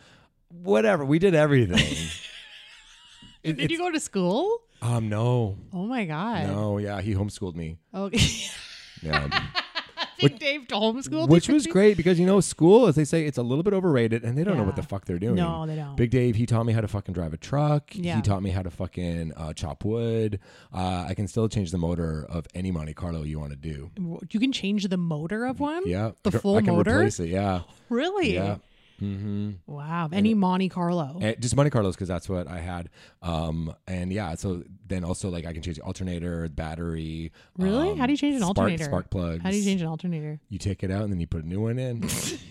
S2: whatever. We did
S3: (laughs)
S2: everything. It-
S3: Did you
S2: it's-
S3: go to school?
S2: um, no,
S3: Oh my god.
S2: no, yeah, he homeschooled me.
S3: (laughs) Okay. (laughs)
S2: Yeah.
S3: Big Dave to homeschool.
S2: Which
S3: these
S2: was
S3: kids?
S2: great because you know school, as they say, it's a little bit overrated, and they don't know what the
S3: Yeah.
S2: fuck they're doing.
S3: No, they don't.
S2: Big Dave, he taught me how to fucking drive a truck.
S3: Yeah.
S2: He taught me how to fucking uh, chop wood. Uh, I can still change the motor of any Monte Carlo you want to do.
S3: You can change the motor of one?
S2: Yeah,
S3: The
S2: I can-
S3: full
S2: I can
S3: motor?
S2: replace it. Yeah,
S3: Really?
S2: yeah. Mm-hmm.
S3: Wow. Any Monte Carlo.
S2: And just Monte Carlos because that's what I had. Um, and yeah, so then also like I can change the alternator, battery.
S3: Really?
S2: um,
S3: How do you change an
S2: spark,
S3: alternator?
S2: Spark plugs.
S3: How do you change an alternator?
S2: You take it out and then you put a new one
S3: (laughs)
S2: in.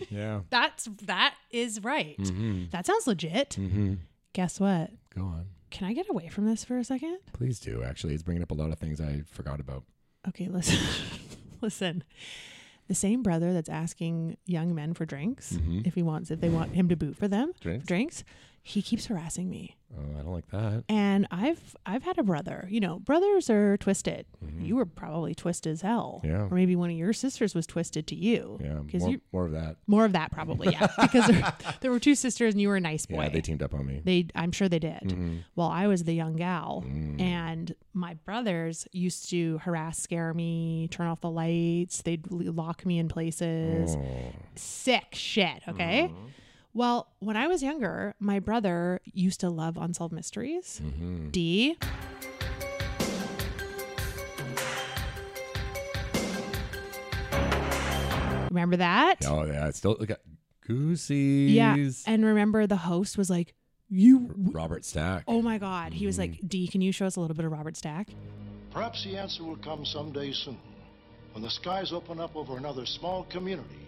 S2: yeah.
S3: That's that is right.
S2: Mm-hmm.
S3: That sounds legit.
S2: Mm.
S3: Guess what?
S2: Go on.
S3: Can I get away from this for a second?
S2: Please do. Actually, it's bringing up a lot of things I forgot about.
S3: Okay, listen. (laughs) listen. The same brother that's asking young men for drinks if he wants if they want him to boot for them
S2: Mm-hmm. Drinks?
S3: drinks, he keeps harassing me.
S2: Oh, I don't like that.
S3: And I've I've had a brother. You know, brothers are twisted. You were probably twisted as hell.
S2: Mm-hmm. Yeah.
S3: Or maybe one of your sisters was twisted to you.
S2: Yeah,
S3: Because
S2: Um, more,
S3: you
S2: more of that.
S3: more of that
S2: (laughs)
S3: probably, yeah. because there, there were two sisters and you were a nice boy.
S2: Yeah, they teamed up on me.
S3: They, I'm sure they did. Well, I was the young gal, and my brothers used to harass, scare me, turn off the lights. They'd l- lock me in places. Sick shit. Okay. Well, when I was younger, my brother used to love unsolved mysteries.
S2: Mm-hmm.
S3: D. Remember that?
S2: Oh yeah, it's still got goosies.
S3: Yeah. And remember, the host was like, "You
S2: Robert Stack.
S3: Oh my God. He was
S2: Mm-hmm.
S3: like, D, can you show us a little bit of Robert Stack?
S9: Perhaps the answer will come someday soon, when the skies open up over another small community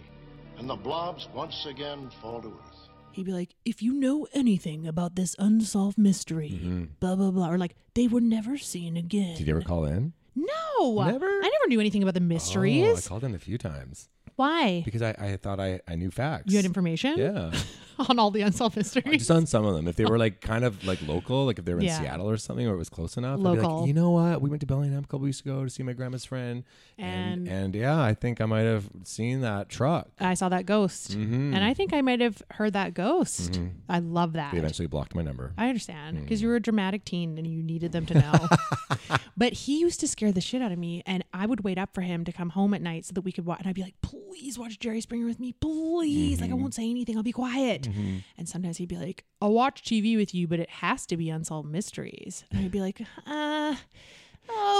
S9: and the blobs once again fall to earth.
S3: He'd be like, if you know anything about this unsolved mystery,
S2: Mhm.
S3: blah, blah, blah. Or like, they were never seen again.
S2: Did you ever call in?
S3: No.
S2: Never?
S3: I never knew anything about the
S2: Oh, I
S3: mysteries.
S2: called in a few times
S3: Why?
S2: because I, I thought I, I knew facts.
S3: You had information?
S2: Yeah.
S3: (laughs) On all the unsolved mysteries.
S2: Just on some of them. If they were like kind of like local, like if they were in
S3: Yeah.
S2: Seattle or something or it was close enough, I'd be
S3: Local.
S2: like, you know what? We went to Bellingham a couple weeks ago to see my grandma's friend.
S3: and,
S2: And yeah, I think I might have seen that truck.
S3: I saw that ghost.
S2: Mhm.
S3: And I think I might have heard that ghost.
S2: Mhm.
S3: I love that.
S2: They eventually blocked my number.
S3: I understand because you were a dramatic teen and you needed them to know. but he used to scare the shit out of me, and I would wait up for him to come home at night so that we could watch. And I'd be like, "Please watch Jerry Springer with me, please." Like I
S10: Mhm.
S3: won't say anything. I'll be quiet.
S10: Mhm.
S3: And sometimes he'd be like, "I'll watch TV with you, but it has to be unsolved mysteries." And I'd be like, "Uh."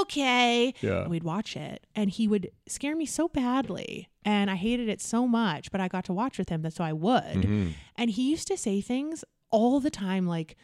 S3: Okay.
S10: Yeah.
S3: And we'd watch it, and he would scare me so badly, and I hated it so much. But I got to watch with him, that's so I would.
S10: Mhm.
S3: And he used to say things all the time like,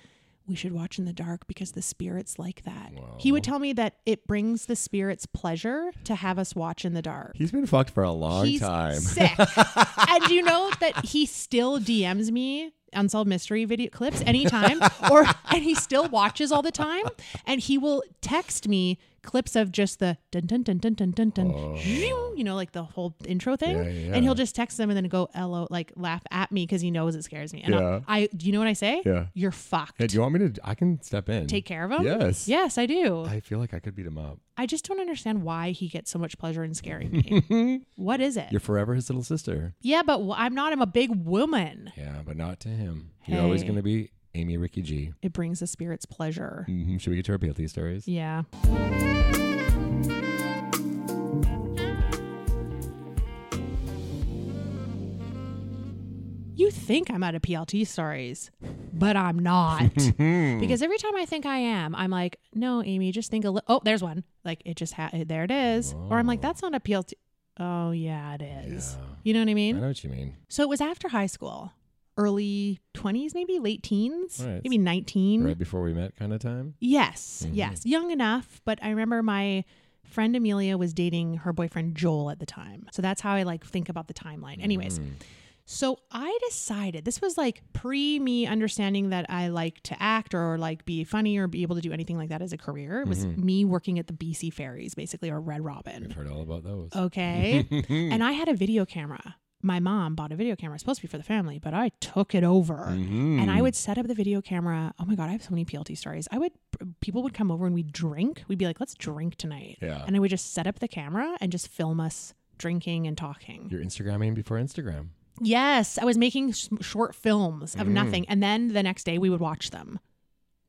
S3: we should watch in the dark because the spirits like that. He would tell me that it brings the spirits pleasure to have us watch in the dark.
S2: He's been fucked for a long
S3: He's
S2: time. (laughs)
S3: sick. and you know that he still DMs me unsolved mystery video clips anytime or (laughs) and he still watches all the time and he will text me clips of just the dun dun dun dun dun dun dun
S2: Oh.
S3: you know like the whole intro thing
S10: Yeah, yeah.
S3: and he'll just text them and then go lo like laugh at me because he knows it scares me and
S2: Yeah.
S3: I, I do you know what I say
S2: Yeah.
S3: you're fucked
S2: Hey, do you want me to? I can step in.
S3: take care of him
S2: Yes.
S3: yes I do
S2: I feel like I could beat him up.
S3: I just don't understand why he gets so much pleasure in scaring
S2: (laughs)
S3: me what is it
S2: You're forever his little sister.
S3: yeah but wh- I'm not I'm a big woman
S2: Yeah, but not to him. You're always
S3: Hey.
S2: going to be Amy Ricky G.
S3: it brings the spirits pleasure.
S2: hmm Should we get to our Pantheon stories?
S3: Yeah. You think I'm out of PLT stories, but I'm not. because every time I think I am, I'm like, no, Amy, just think a little. Oh, there's one. Like, it just, ha- there it is. Or I'm like, that's not a PLT. Oh, yeah, it is. You know what I mean?
S2: I know what you mean.
S3: So it was after high school, early 20s, maybe late teens,
S2: All right.
S3: maybe 19.
S2: Right before we met, kind of time.
S3: Yes,
S2: Mhm.
S3: yes, young enough. But I remember my friend Amelia was dating her boyfriend Joel at the time, so that's how I like think about the timeline. Anyways,
S2: Mm-hmm. Mm,
S3: so I decided this was like pre me understanding that I like to act or like be funny or be able to do anything like that as a career. It was
S2: Mhm.
S3: me working at the BC Ferries, basically, or Red Robin.
S2: We've heard all about those. (laughs) Mm-hmm.
S3: Okay.
S2: Hmm.
S3: and I had a video camera. My mom bought a video camera. It's supposed to be for the family, but I took it over. And
S2: Hmm.
S3: I would set up the video camera. Oh my God, I have so many PLT stories. I would, people would come over and we'd drink. We'd be like, let's drink tonight.
S2: Yeah.
S3: And I would just set up the camera and just film us drinking and talking.
S2: You're Instagramming before Instagram.
S3: Yes, I was making s- short films of
S2: Mm.
S3: nothing. And then the next day we would watch them.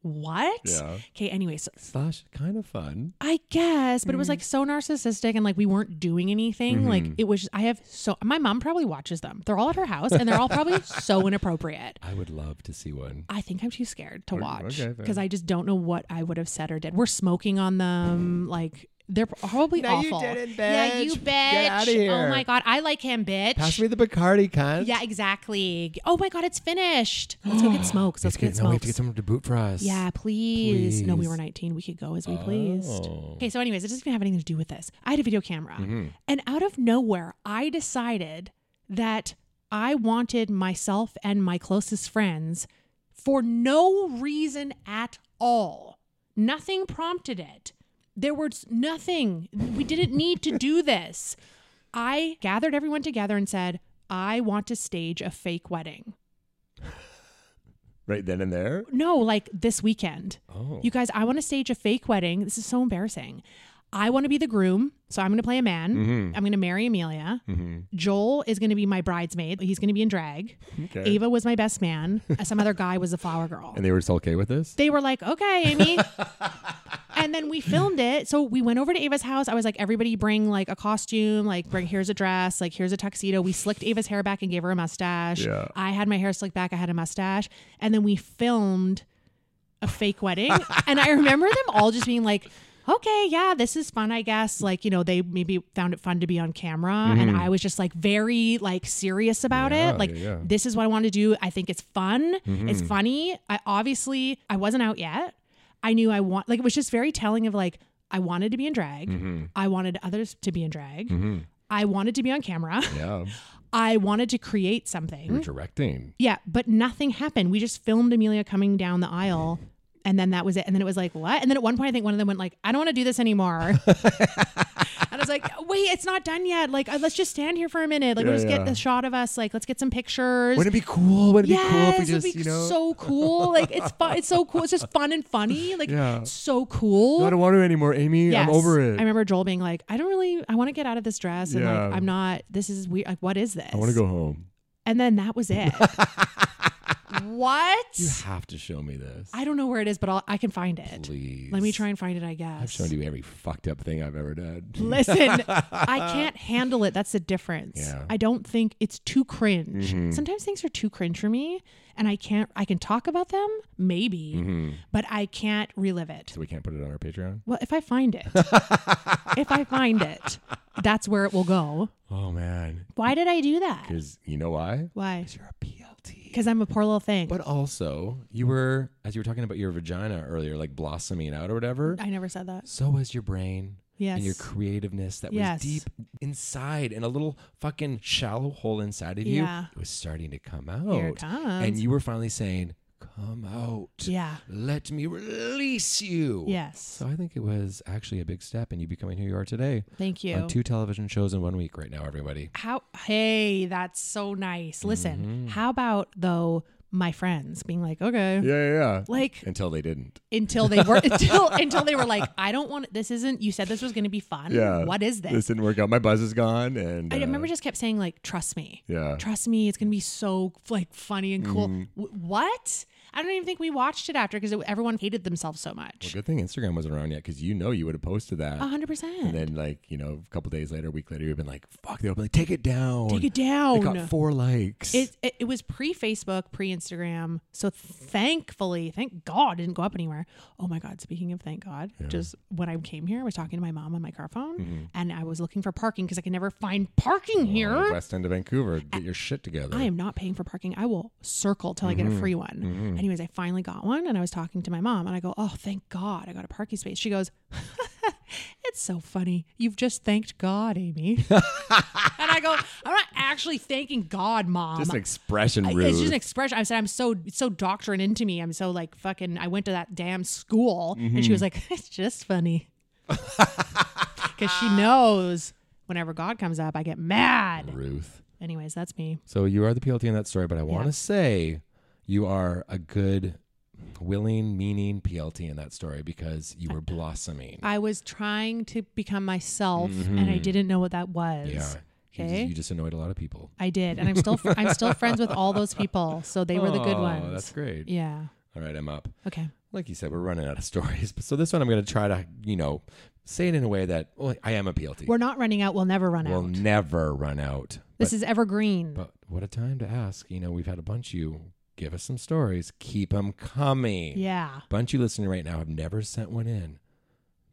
S3: What?
S2: Yeah.
S3: Okay, anyway, so
S2: Slash, kind of fun.
S3: I guess, but it was
S2: Mhm.
S3: like so narcistic and like we weren't doing anything. Like
S2: Mhm.
S3: it was just, I have so my mom probably watches them. They're all at her house and they're all probably
S2: (laughs)
S3: so inappropriate.
S2: I would love to see one.
S3: I think I'm too scared to
S2: Oh, Okay,
S3: watch
S2: okay, fair.
S3: because I just don't know what I would have said or did. We're smoking on them. Like they're probably
S10: No, you
S3: awful.
S10: didn't,
S3: Yeah, you
S10: bitch.
S3: bitch.
S10: Get outta
S3: Oh
S10: here.
S3: my god, I like him, bitch.
S10: Pass
S2: me the Bacardi, cunt.
S3: yeah, exactly. Oh my god, it's finished. Let's go
S2: (gasps)
S3: get smokes. Let's go get
S2: no, we have to
S3: smokes.
S2: get someone to boot for us.
S3: Yeah, please. No, we
S2: Please. Oh.
S3: were 19. We could go as we pleased. Okay, so anyways, it doesn't even have anything to do with this. I had a video camera.
S2: Mhm.
S3: And out of nowhere, I decided that I wanted myself and my closest friends for no reason at all. Nothing prompted it. There was nothing. We didn't need to do this. I gathered everyone together and said, I want to stage a fake wedding.
S2: Right then and there.
S3: No, like this weekend.
S2: Oh.
S3: You guys, I want to stage a fake wedding. This is so embarrassing. I want to be the groom, so I'm going to play a man.
S2: Mhm.
S3: I'm going to marry Amelia.
S2: Mm-hmm.
S3: Joel is going to be my bridesmaid. He's going to be in drag.
S2: Okay.
S3: Ava was my
S2: (laughs)
S3: best man. Some other guy was the flower girl.
S2: And they were just okay with this.
S3: They were like, okay,
S2: (laughs)
S3: Amy. and then we filmed it. So we went over to Ava's house. I was like, everybody bring like a costume, like bring here's a dress, like here's a tuxedo. We slicked Ava's hair back and gave her a mustache.
S10: Yeah.
S3: I had my hair slicked back, I had a mustache. And then we filmed a fake wedding. and I remember them all just being like, okay, yeah, this is fun, I guess. Like, you know, they maybe found it fun to be on camera. And
S10: Mhm.
S3: I was just like very like serious about
S10: Yeah,
S3: it. Like,
S10: yeah, yeah.
S3: this is what I want to do. I think it's fun. It's
S10: Mhm.
S3: funny. I obviously, I wasn't out yet. I knew I want, like, it was just very telling of like, I wanted to be in drag.
S10: Mhm.
S3: I wanted others to be in drag.
S10: Mhm.
S3: I wanted to be on camera.
S2: Yeah.
S3: I wanted to create something.
S8: You're directing.
S3: Yeah, but nothing happened. We just filmed Amelia coming down the aisle. And then that was it. And then it was like, what? And then at one point, I think one of them went like, I don't want to do this
S2: (laughs)
S3: anymore. and I was like, wait, it's not done yet. Like, uh, let's just stand here for a minute. Like,
S2: Yeah,
S3: let's
S2: yeah.
S3: get a shot of us. Like, let's get some pictures.
S2: Wouldn't it be cool? Wouldn't it
S3: yes,
S2: be cool if we
S3: it'd
S2: just,
S3: be
S2: you know?
S3: so cool. Like, it's fun. It's so cool. It's just fun and funny. Like,
S2: Yeah.
S3: so cool.
S2: I don't want to anymore, Amy.
S3: Yes.
S2: I'm over it.
S3: I remember Joel being like, I don't really, I want to get out of this dress. And
S2: Yeah.
S3: like, I'm not, this is weird. Like, what is this?
S2: I want to go home.
S3: And then that
S2: (laughs)
S3: was it. what?
S2: You have to show me this.
S3: I don't know where it is, but I'll, I can find it.
S2: Please.
S3: Let me try and find it, I guess.
S2: I've shown you every fucked up thing I've ever done. (laughs)
S3: Listen, I can't handle it. That's the difference.
S2: Yeah.
S3: I don't think it's too cringe.
S2: Mhm.
S3: Sometimes things are too cringe for me, and I can't, I can talk about them, maybe,
S2: Mhm.
S3: but I can't relive it.
S2: So we can't put it on our Patreon.
S3: Well, if I
S2: (laughs)
S3: find it, if I find it, that's where it will go.
S2: Oh man,
S3: Why did I do that?
S2: because you know why?
S3: Why? Because you're a PLT. Because I'm a poor little thing.
S2: But also, you were as you were talking about your vagina earlier, like blossoming out or whatever.
S3: I never said that.
S2: So was your brain.
S3: Yes.
S2: And your creativeness that
S3: Yes.
S2: was deep inside in a little fucking shallow hole inside of you.
S3: Yeah.
S2: It was starting to come out.
S3: Here it comes.
S2: And you were finally saying, Come out.
S3: Yeah.
S2: Let me release you.
S3: Yes.
S2: So I think it was actually a big step in you becoming who you are today.
S3: Thank you.
S2: On two television shows in one week right now, everybody.
S3: How hey, that's so nice. Listen,
S2: Mm-hmm.
S3: how about though my friends being like, okay,
S2: yeah, yeah.
S3: Like-
S2: until they didn't.
S3: until
S2: (laughs)
S3: they were until until they were like, I don't want this. Isn't you said this was going to be fun? what is this?
S2: didn't work out. My buzz is gone, and uh,
S3: I remember just kept saying like, trust me,
S2: Yeah.
S3: trust me, it's going to be so like funny and cool.
S2: Mhm.
S3: Wh- what? I don't even think we watched it after because everyone hated themselves so much.
S2: Well, good thing Instagram wasn't around yet, because you know you would have posted that.
S3: A hundred
S2: And
S3: percent.
S2: then, like you know, a couple days later, a week later, you've been like, "Fuck!" They'll be like, "Take it down."
S3: Take it
S2: It
S3: down.
S2: got four likes.
S3: It, it, it was pre Facebook, pre Instagram. So thankfully, thank God, it didn't go up anywhere. Oh my God, speaking of thank God, just when I came here, I was talking to my mom on my car phone
S2: Mhm.
S3: and I was looking for parking because I can never find parking here.
S2: Uh, West End of Vancouver. Get your shit together.
S3: I am not paying for parking. I will circle till I get a
S2: Mhm.
S3: free one.
S2: Mhm.
S3: Anyways, I finally got one and I was talking to my mom and I go, Oh, thank God I got a parking space. She goes, (laughs) It's so funny. You've just thanked God, Amy. and I go, I'm not actually thanking God, mom.
S2: Just an expression,
S3: I-
S2: rude.
S3: It's just an expression. I said, I'm so it's so doctrine into me. I'm so like fucking. I went to that damn school, and she
S2: Mhm.
S3: was like, (laughs) it's just funny, because she knows whenever God comes up, I get mad.
S2: Ruth.
S3: Anyways, that's me.
S2: So you are the PLT in that story, but I want to say you are a good, willing, meaning PLT in that story because you were blossoming.
S3: I was trying to become myself, and I
S2: Mhm.
S3: didn't know what that was.
S2: Yeah. You just-
S3: Okay.
S2: You just annoyed a lot of people.
S3: I did, and I'm still fr- I'm still friends with all those people, so they were the good
S2: Oh,
S3: ones.
S2: That's great.
S3: Yeah.
S2: All right, I'm up.
S3: Okay.
S2: Like you said, we're running out of (laughs) stories. But so this one, I'm going to try to, you know, say it in a way that well, I am a PLT.
S3: We're not running out. We'll never run
S2: we'll
S3: out.
S2: never run out.
S3: This
S2: But-
S3: is evergreen.
S2: But what a time to ask. You know, we've had a bunch of you give us some stories. Keep them coming.
S3: Yeah.
S2: Bunch of you listening right now have never sent one in.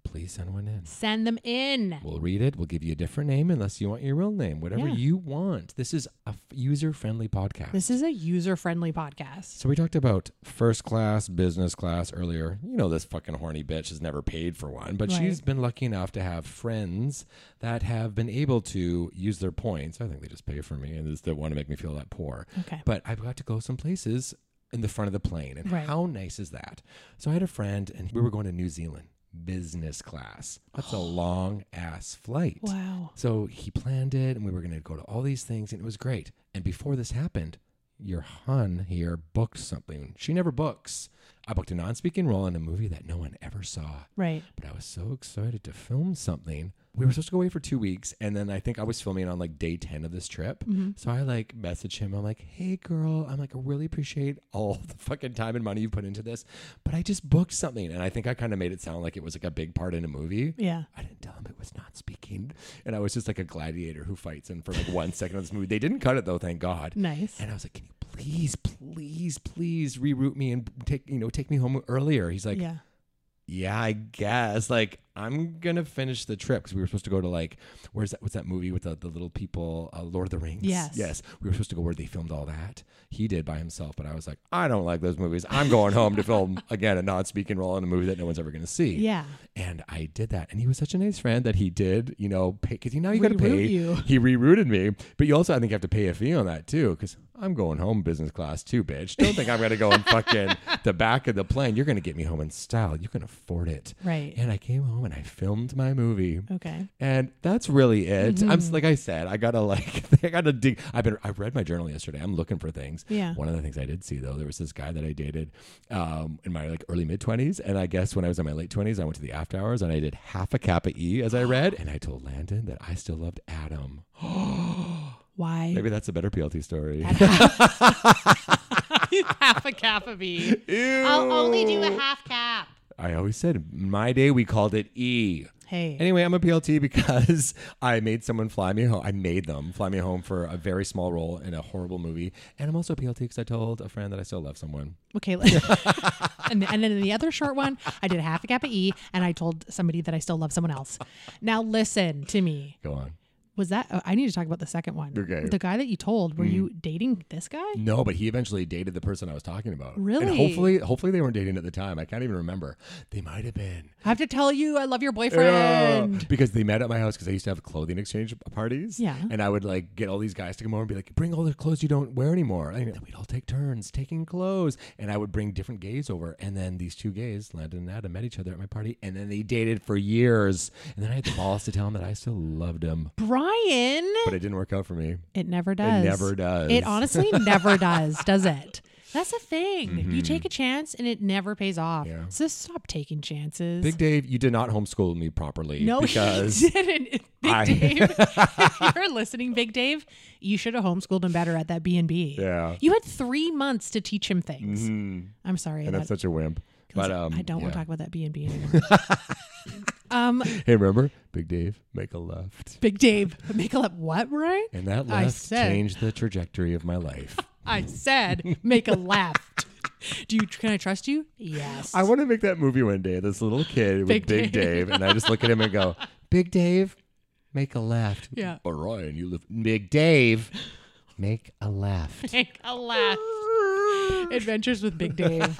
S2: Please send one in.
S3: Send them in.
S2: We'll read it. We'll give you a different name unless you want your real name. Whatever
S3: Yeah.
S2: you want. This is a user friendly podcast.
S3: This is a user friendly podcast.
S2: So we talked about first class, business class earlier. You know this fucking horny bitch has never paid for one, but
S3: Right.
S2: she's been lucky enough to have friends that have been able to use their points. I think they just pay for me and just don't want to make me feel that poor.
S3: Okay.
S2: But I've got to go some places in the front of the plane. And
S3: Right.
S2: how nice is that? So I had a friend and we were going to New Zealand business class. That's
S3: (gasps)
S2: a long ass flight.
S3: Wow.
S2: So he planned it, and we were going to go to all these things, and it was great. And before this happened, your hun here booked something. She never books. I booked a non speaking role in a movie that no one ever saw.
S3: Right.
S2: But I was so excited to film something. We were supposed to go away for two weeks, and then I think I was filming on like day 10 of this trip.
S3: Mhm.
S2: So I like messaged him. I'm like, hey, girl, I'm like, I really appreciate all (laughs) the fucking time and money you put into this, but I just booked something. And I think I kind of made it sound like it was like a big part in a movie.
S3: Yeah.
S2: I didn't tell him it was not speaking. And I was just like a gladiator who fights. And for like one second of this movie, they didn't cut it though, thank God.
S3: Nice.
S2: And I was like, can you please, please, please reroute me and take, you know, take me home earlier? He's like,
S3: yeah.
S2: yeah, I guess. Like, I'm gonna finish the trip because we were supposed to go to like where's that? What's that movie with the, the little people? Uh, Lord of the Rings.
S3: Yes.
S2: yes. We were supposed to go where they filmed all that. He did by himself, but I was like, I don't like those movies. I'm going home to
S3: (laughs)
S2: film again a non-speaking role in a movie that no one's ever gonna see.
S3: Yeah.
S2: And I did that, and he was such a nice friend that he did, you know, pay because you know you got to
S3: Reroute
S2: pay.
S3: you.
S2: He rerouted me, but you also I think have to pay a fee on that too because I'm going home business class too, bitch. Don't think I'm gonna go in
S3: (laughs)
S2: fucking the back of the plane. You're gonna get me home in style. You can afford it.
S3: Right.
S2: And I came home and I filmed my movie.
S3: Okay.
S2: And that's really it. I'm
S3: Mhm.
S2: s- like I said, I gotta like (laughs) I gotta dig. I've been I read my journal yesterday. I'm looking for things.
S3: Yeah.
S2: One of the things I did see though, there was this guy that I dated um, in my like early mid twenties, and I guess when I was in my late twenties, I went to the after hours and I did half a kappa e as I
S3: (gasps)
S2: read, and I told Landon that I still loved Adam.
S3: Why?
S2: Maybe that's a better PLT story. (laughs)
S3: (laughs) half a cap of E. I'll only do a half cap.
S2: I always said in my day we called it E.
S3: Hey.
S2: Anyway, I'm a PLT (laughs) because I made someone fly me home. I made them fly me home for a very small role in a horrible movie. And I'm also a PLT because I told a friend that I still love someone. (laughs)
S3: Okay. (laughs) and, and then the other short one, I did a half a cap of E and I told somebody that I still love someone else. Now listen to me.
S2: Go on.
S3: Was that oh, I need to talk about the second one.
S2: Okay.
S3: The guy that you told, were
S2: Mm.
S3: you dating this guy?
S2: No, but he eventually dated the person I was talking about. And
S3: Really?
S2: hopefully, hopefully they weren't dating at the time. I can't even remember. They might have been.
S3: I have to tell you, I love your boyfriend.
S2: Yeah, because they met at my house because I used to have clothing exchange parties.
S3: Yeah.
S2: And I would like get all these guys to come over and be like, bring all the clothes you don't wear anymore. And then we'd all take turns taking clothes. And I would bring different gays over. And then these two gays, Landon and Adam, met each other at my party. And then they dated for years. And then I had the balls to tell them that I still loved him.
S3: Brian.
S2: But it didn't work out for me.
S3: It never does.
S2: never does. (laughs)
S3: It honestly never does, does it? That's the thing. You
S2: Mhm.
S3: take a chance and it never pays off. So stop taking chances.
S2: Big Dave, you did not homeschool me properly.
S3: no, (laughs)
S2: because
S3: he didn't. Big
S2: I-
S3: Dave, if you're listening, Big Dave, you should have homeschooled him better at that B and B.
S2: Yeah.
S3: You had three months to teach him things.
S2: Mhm.
S3: I'm
S2: (laughs)
S3: sorry.
S2: And that's
S3: that-
S2: such a wimp. But um,
S3: I don't want to
S2: yeah.
S3: talk about that B and B anymore. um,
S2: Hey, remember, Big Dave, make a left.
S3: Big Dave, (laughs) make a left. What, right?
S2: And that
S3: I
S2: left
S3: said-
S2: changed the trajectory of my life.
S3: I said, make a left. (laughs) Do you? Can I trust you? Yes.
S2: I want to make that movie one day. This little kid with
S3: Big
S2: Big,
S3: Dave.
S2: Dave. and I just look at him and go, "Big Dave, make a left."
S3: Yeah.
S2: Or Ryan, you live. Big Dave, make a
S3: (laughs)
S2: left.
S3: Make a left. Adventures with Big Dave.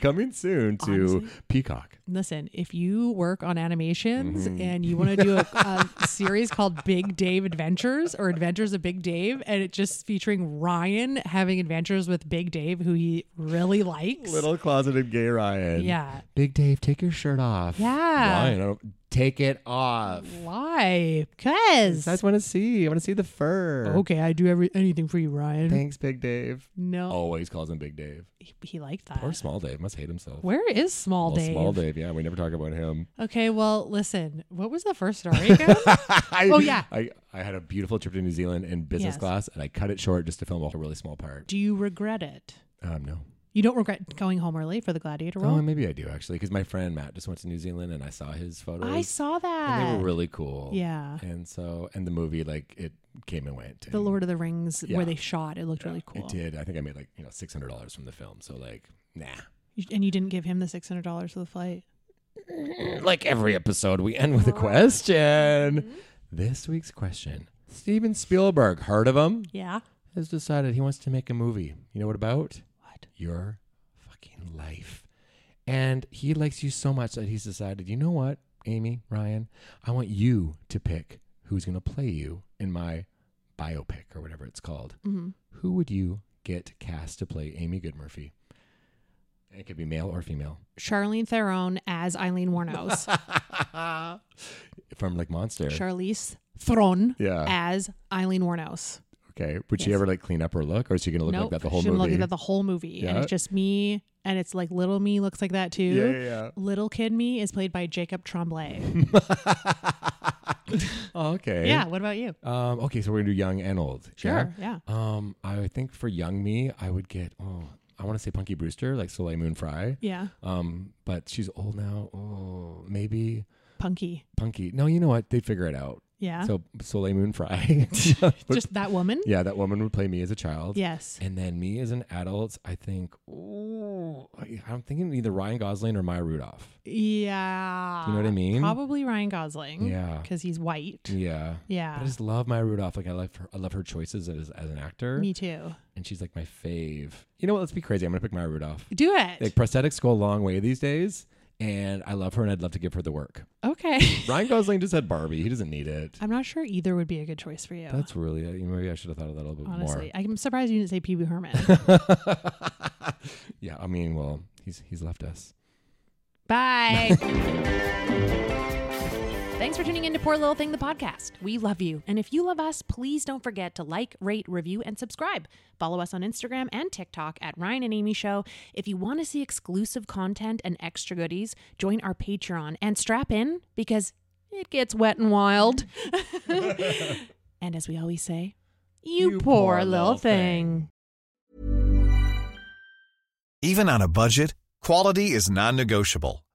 S2: Coming soon to Peacock.
S3: (laughs) Listen, if you work on animations
S2: Mhm.
S3: and you want to do a, a series called Big Dave Adventures or Adventures of Big Dave, and it just featuring Ryan having adventures with Big Dave, who he really likes.
S2: Little closeted gay Ryan.
S3: Yeah.
S2: Big Dave, take your shirt off.
S3: Yeah.
S2: Ryan, I don't- take it off.
S3: Why? Cause
S2: I just want to see. I want to see the fur.
S3: okay, I do every anything for you, Ryan.
S2: Thanks, Big Dave.
S3: No,
S2: Always calls him Big Dave.
S3: he, he liked that.
S2: Oh. Poor Small Dave. Must hate himself.
S3: Where is Uh. Small
S2: Well,
S3: Dave?
S2: Small Dave. Yeah, we never talk about him.
S3: Okay, well, listen. What was the first story
S2: (laughs)
S3: again?
S2: I,
S3: oh yeah.
S2: I, I had a beautiful trip to New Zealand in business
S3: Yes.
S2: class, and I cut it short just to film a really small part.
S3: Do you regret it?
S2: Um, no.
S3: You don't regret going home early for the gladiator
S2: Oh,
S3: role?
S2: maybe I do actually, because my friend Matt just went to New Zealand, and I saw his photos.
S3: I saw that.
S2: And they were really cool.
S3: Yeah.
S2: And so, and the movie like it came and went.
S3: The
S2: and
S3: Lord of the Rings
S2: Yeah.
S3: where they shot. It looked really cool.
S2: It did. I think I made like you know six hundred dollars from the film. So like, nah. (laughs)
S3: You- And you didn't give him the six hundred dollars for the flight.
S2: Like every episode, we end with a question.
S3: Mm-hmm.
S2: This week's question: Steven Spielberg, heard of him?
S3: Yeah.
S2: has decided he wants to make a movie. You know what about? What? Your fucking life. And he likes you so much that he's decided, you know what, Amy, Ryan, I want you to pick who's going to play you in my biopic or whatever it's called.
S3: Mhm.
S2: Who would you get cast to play Amy Goodmurphy? And It could be male or female.
S3: Charlene Theron as Eileen Warnos.
S2: (laughs) From like Monster.
S3: Charlize Theron
S2: Yeah.
S3: as Eileen Warnos.
S2: okay. Would she
S3: Yes.
S2: ever like clean up her look or is she going to look
S3: nope.
S2: like that the whole
S3: she
S2: movie?
S3: look like that the whole movie, and
S2: Yeah.
S3: it's just me. And it's like little me looks like that too.
S2: Yeah, yeah, yeah.
S3: Little kid me is played by Jacob Tremblay.
S2: (laughs) oh, okay.
S3: Yeah. What about you?
S2: Um, okay, so we're gonna do young and old.
S3: Sure, yeah.
S2: Um, I think for young me, I would get oh, I want to say Punky Brewster, like Soleil Moon Frye.
S3: Yeah.
S2: Um, but she's old now. Oh, maybe
S3: Punky.
S2: Punky. No, you know what? They'd figure it out.
S11: Yeah.
S2: So Soleil Moon (laughs) Frye.
S11: (laughs) Just that woman?
S2: Yeah, that woman would play me as a child.
S11: Yes.
S2: And then me as an adult, I think, ooh, I- I'm thinking either Ryan Gosling or Maya Rudolph.
S11: Yeah.
S2: You know what I mean?
S11: Probably Ryan Gosling.
S2: Yeah.
S11: Because he's white.
S2: Yeah.
S11: Yeah.
S2: But I just love Maya Rudolph. Like I love her I love her choices as, as an actor.
S11: Me too.
S2: And she's like my fave. You know what? Let's be crazy. I'm gonna pick Maya
S11: (laughs)
S2: Rudolph.
S11: Do it.
S2: Like prosthetics go a long way these days. And I love her and I'd love to give her the work.
S11: okay.
S2: Ryan Gosling just had Barbie. He doesn't need it.
S11: (laughs) I'm not sure either would be a good choice for you.
S2: That's really uh, you know, maybe I should have thought of that a little bit
S11: honestly.
S2: more.
S11: I'm surprised you didn't say Pee Wee Herman.
S2: Yeah, I mean, well, he's he's left us.
S11: (laughs) Bye. Thanks for tuning in to Poor Little Thing, the podcast. We love you. And if you love us, please don't forget to like, rate, review, and subscribe. Follow us on Instagram and TikTok at Ryan and Amy Show. If you want to see exclusive content and extra goodies, join our Patreon and strap in because it gets wet and (laughs) wild. and as we always say, you, poor, little thing.
S12: Even on a budget, quality is non-negotiable.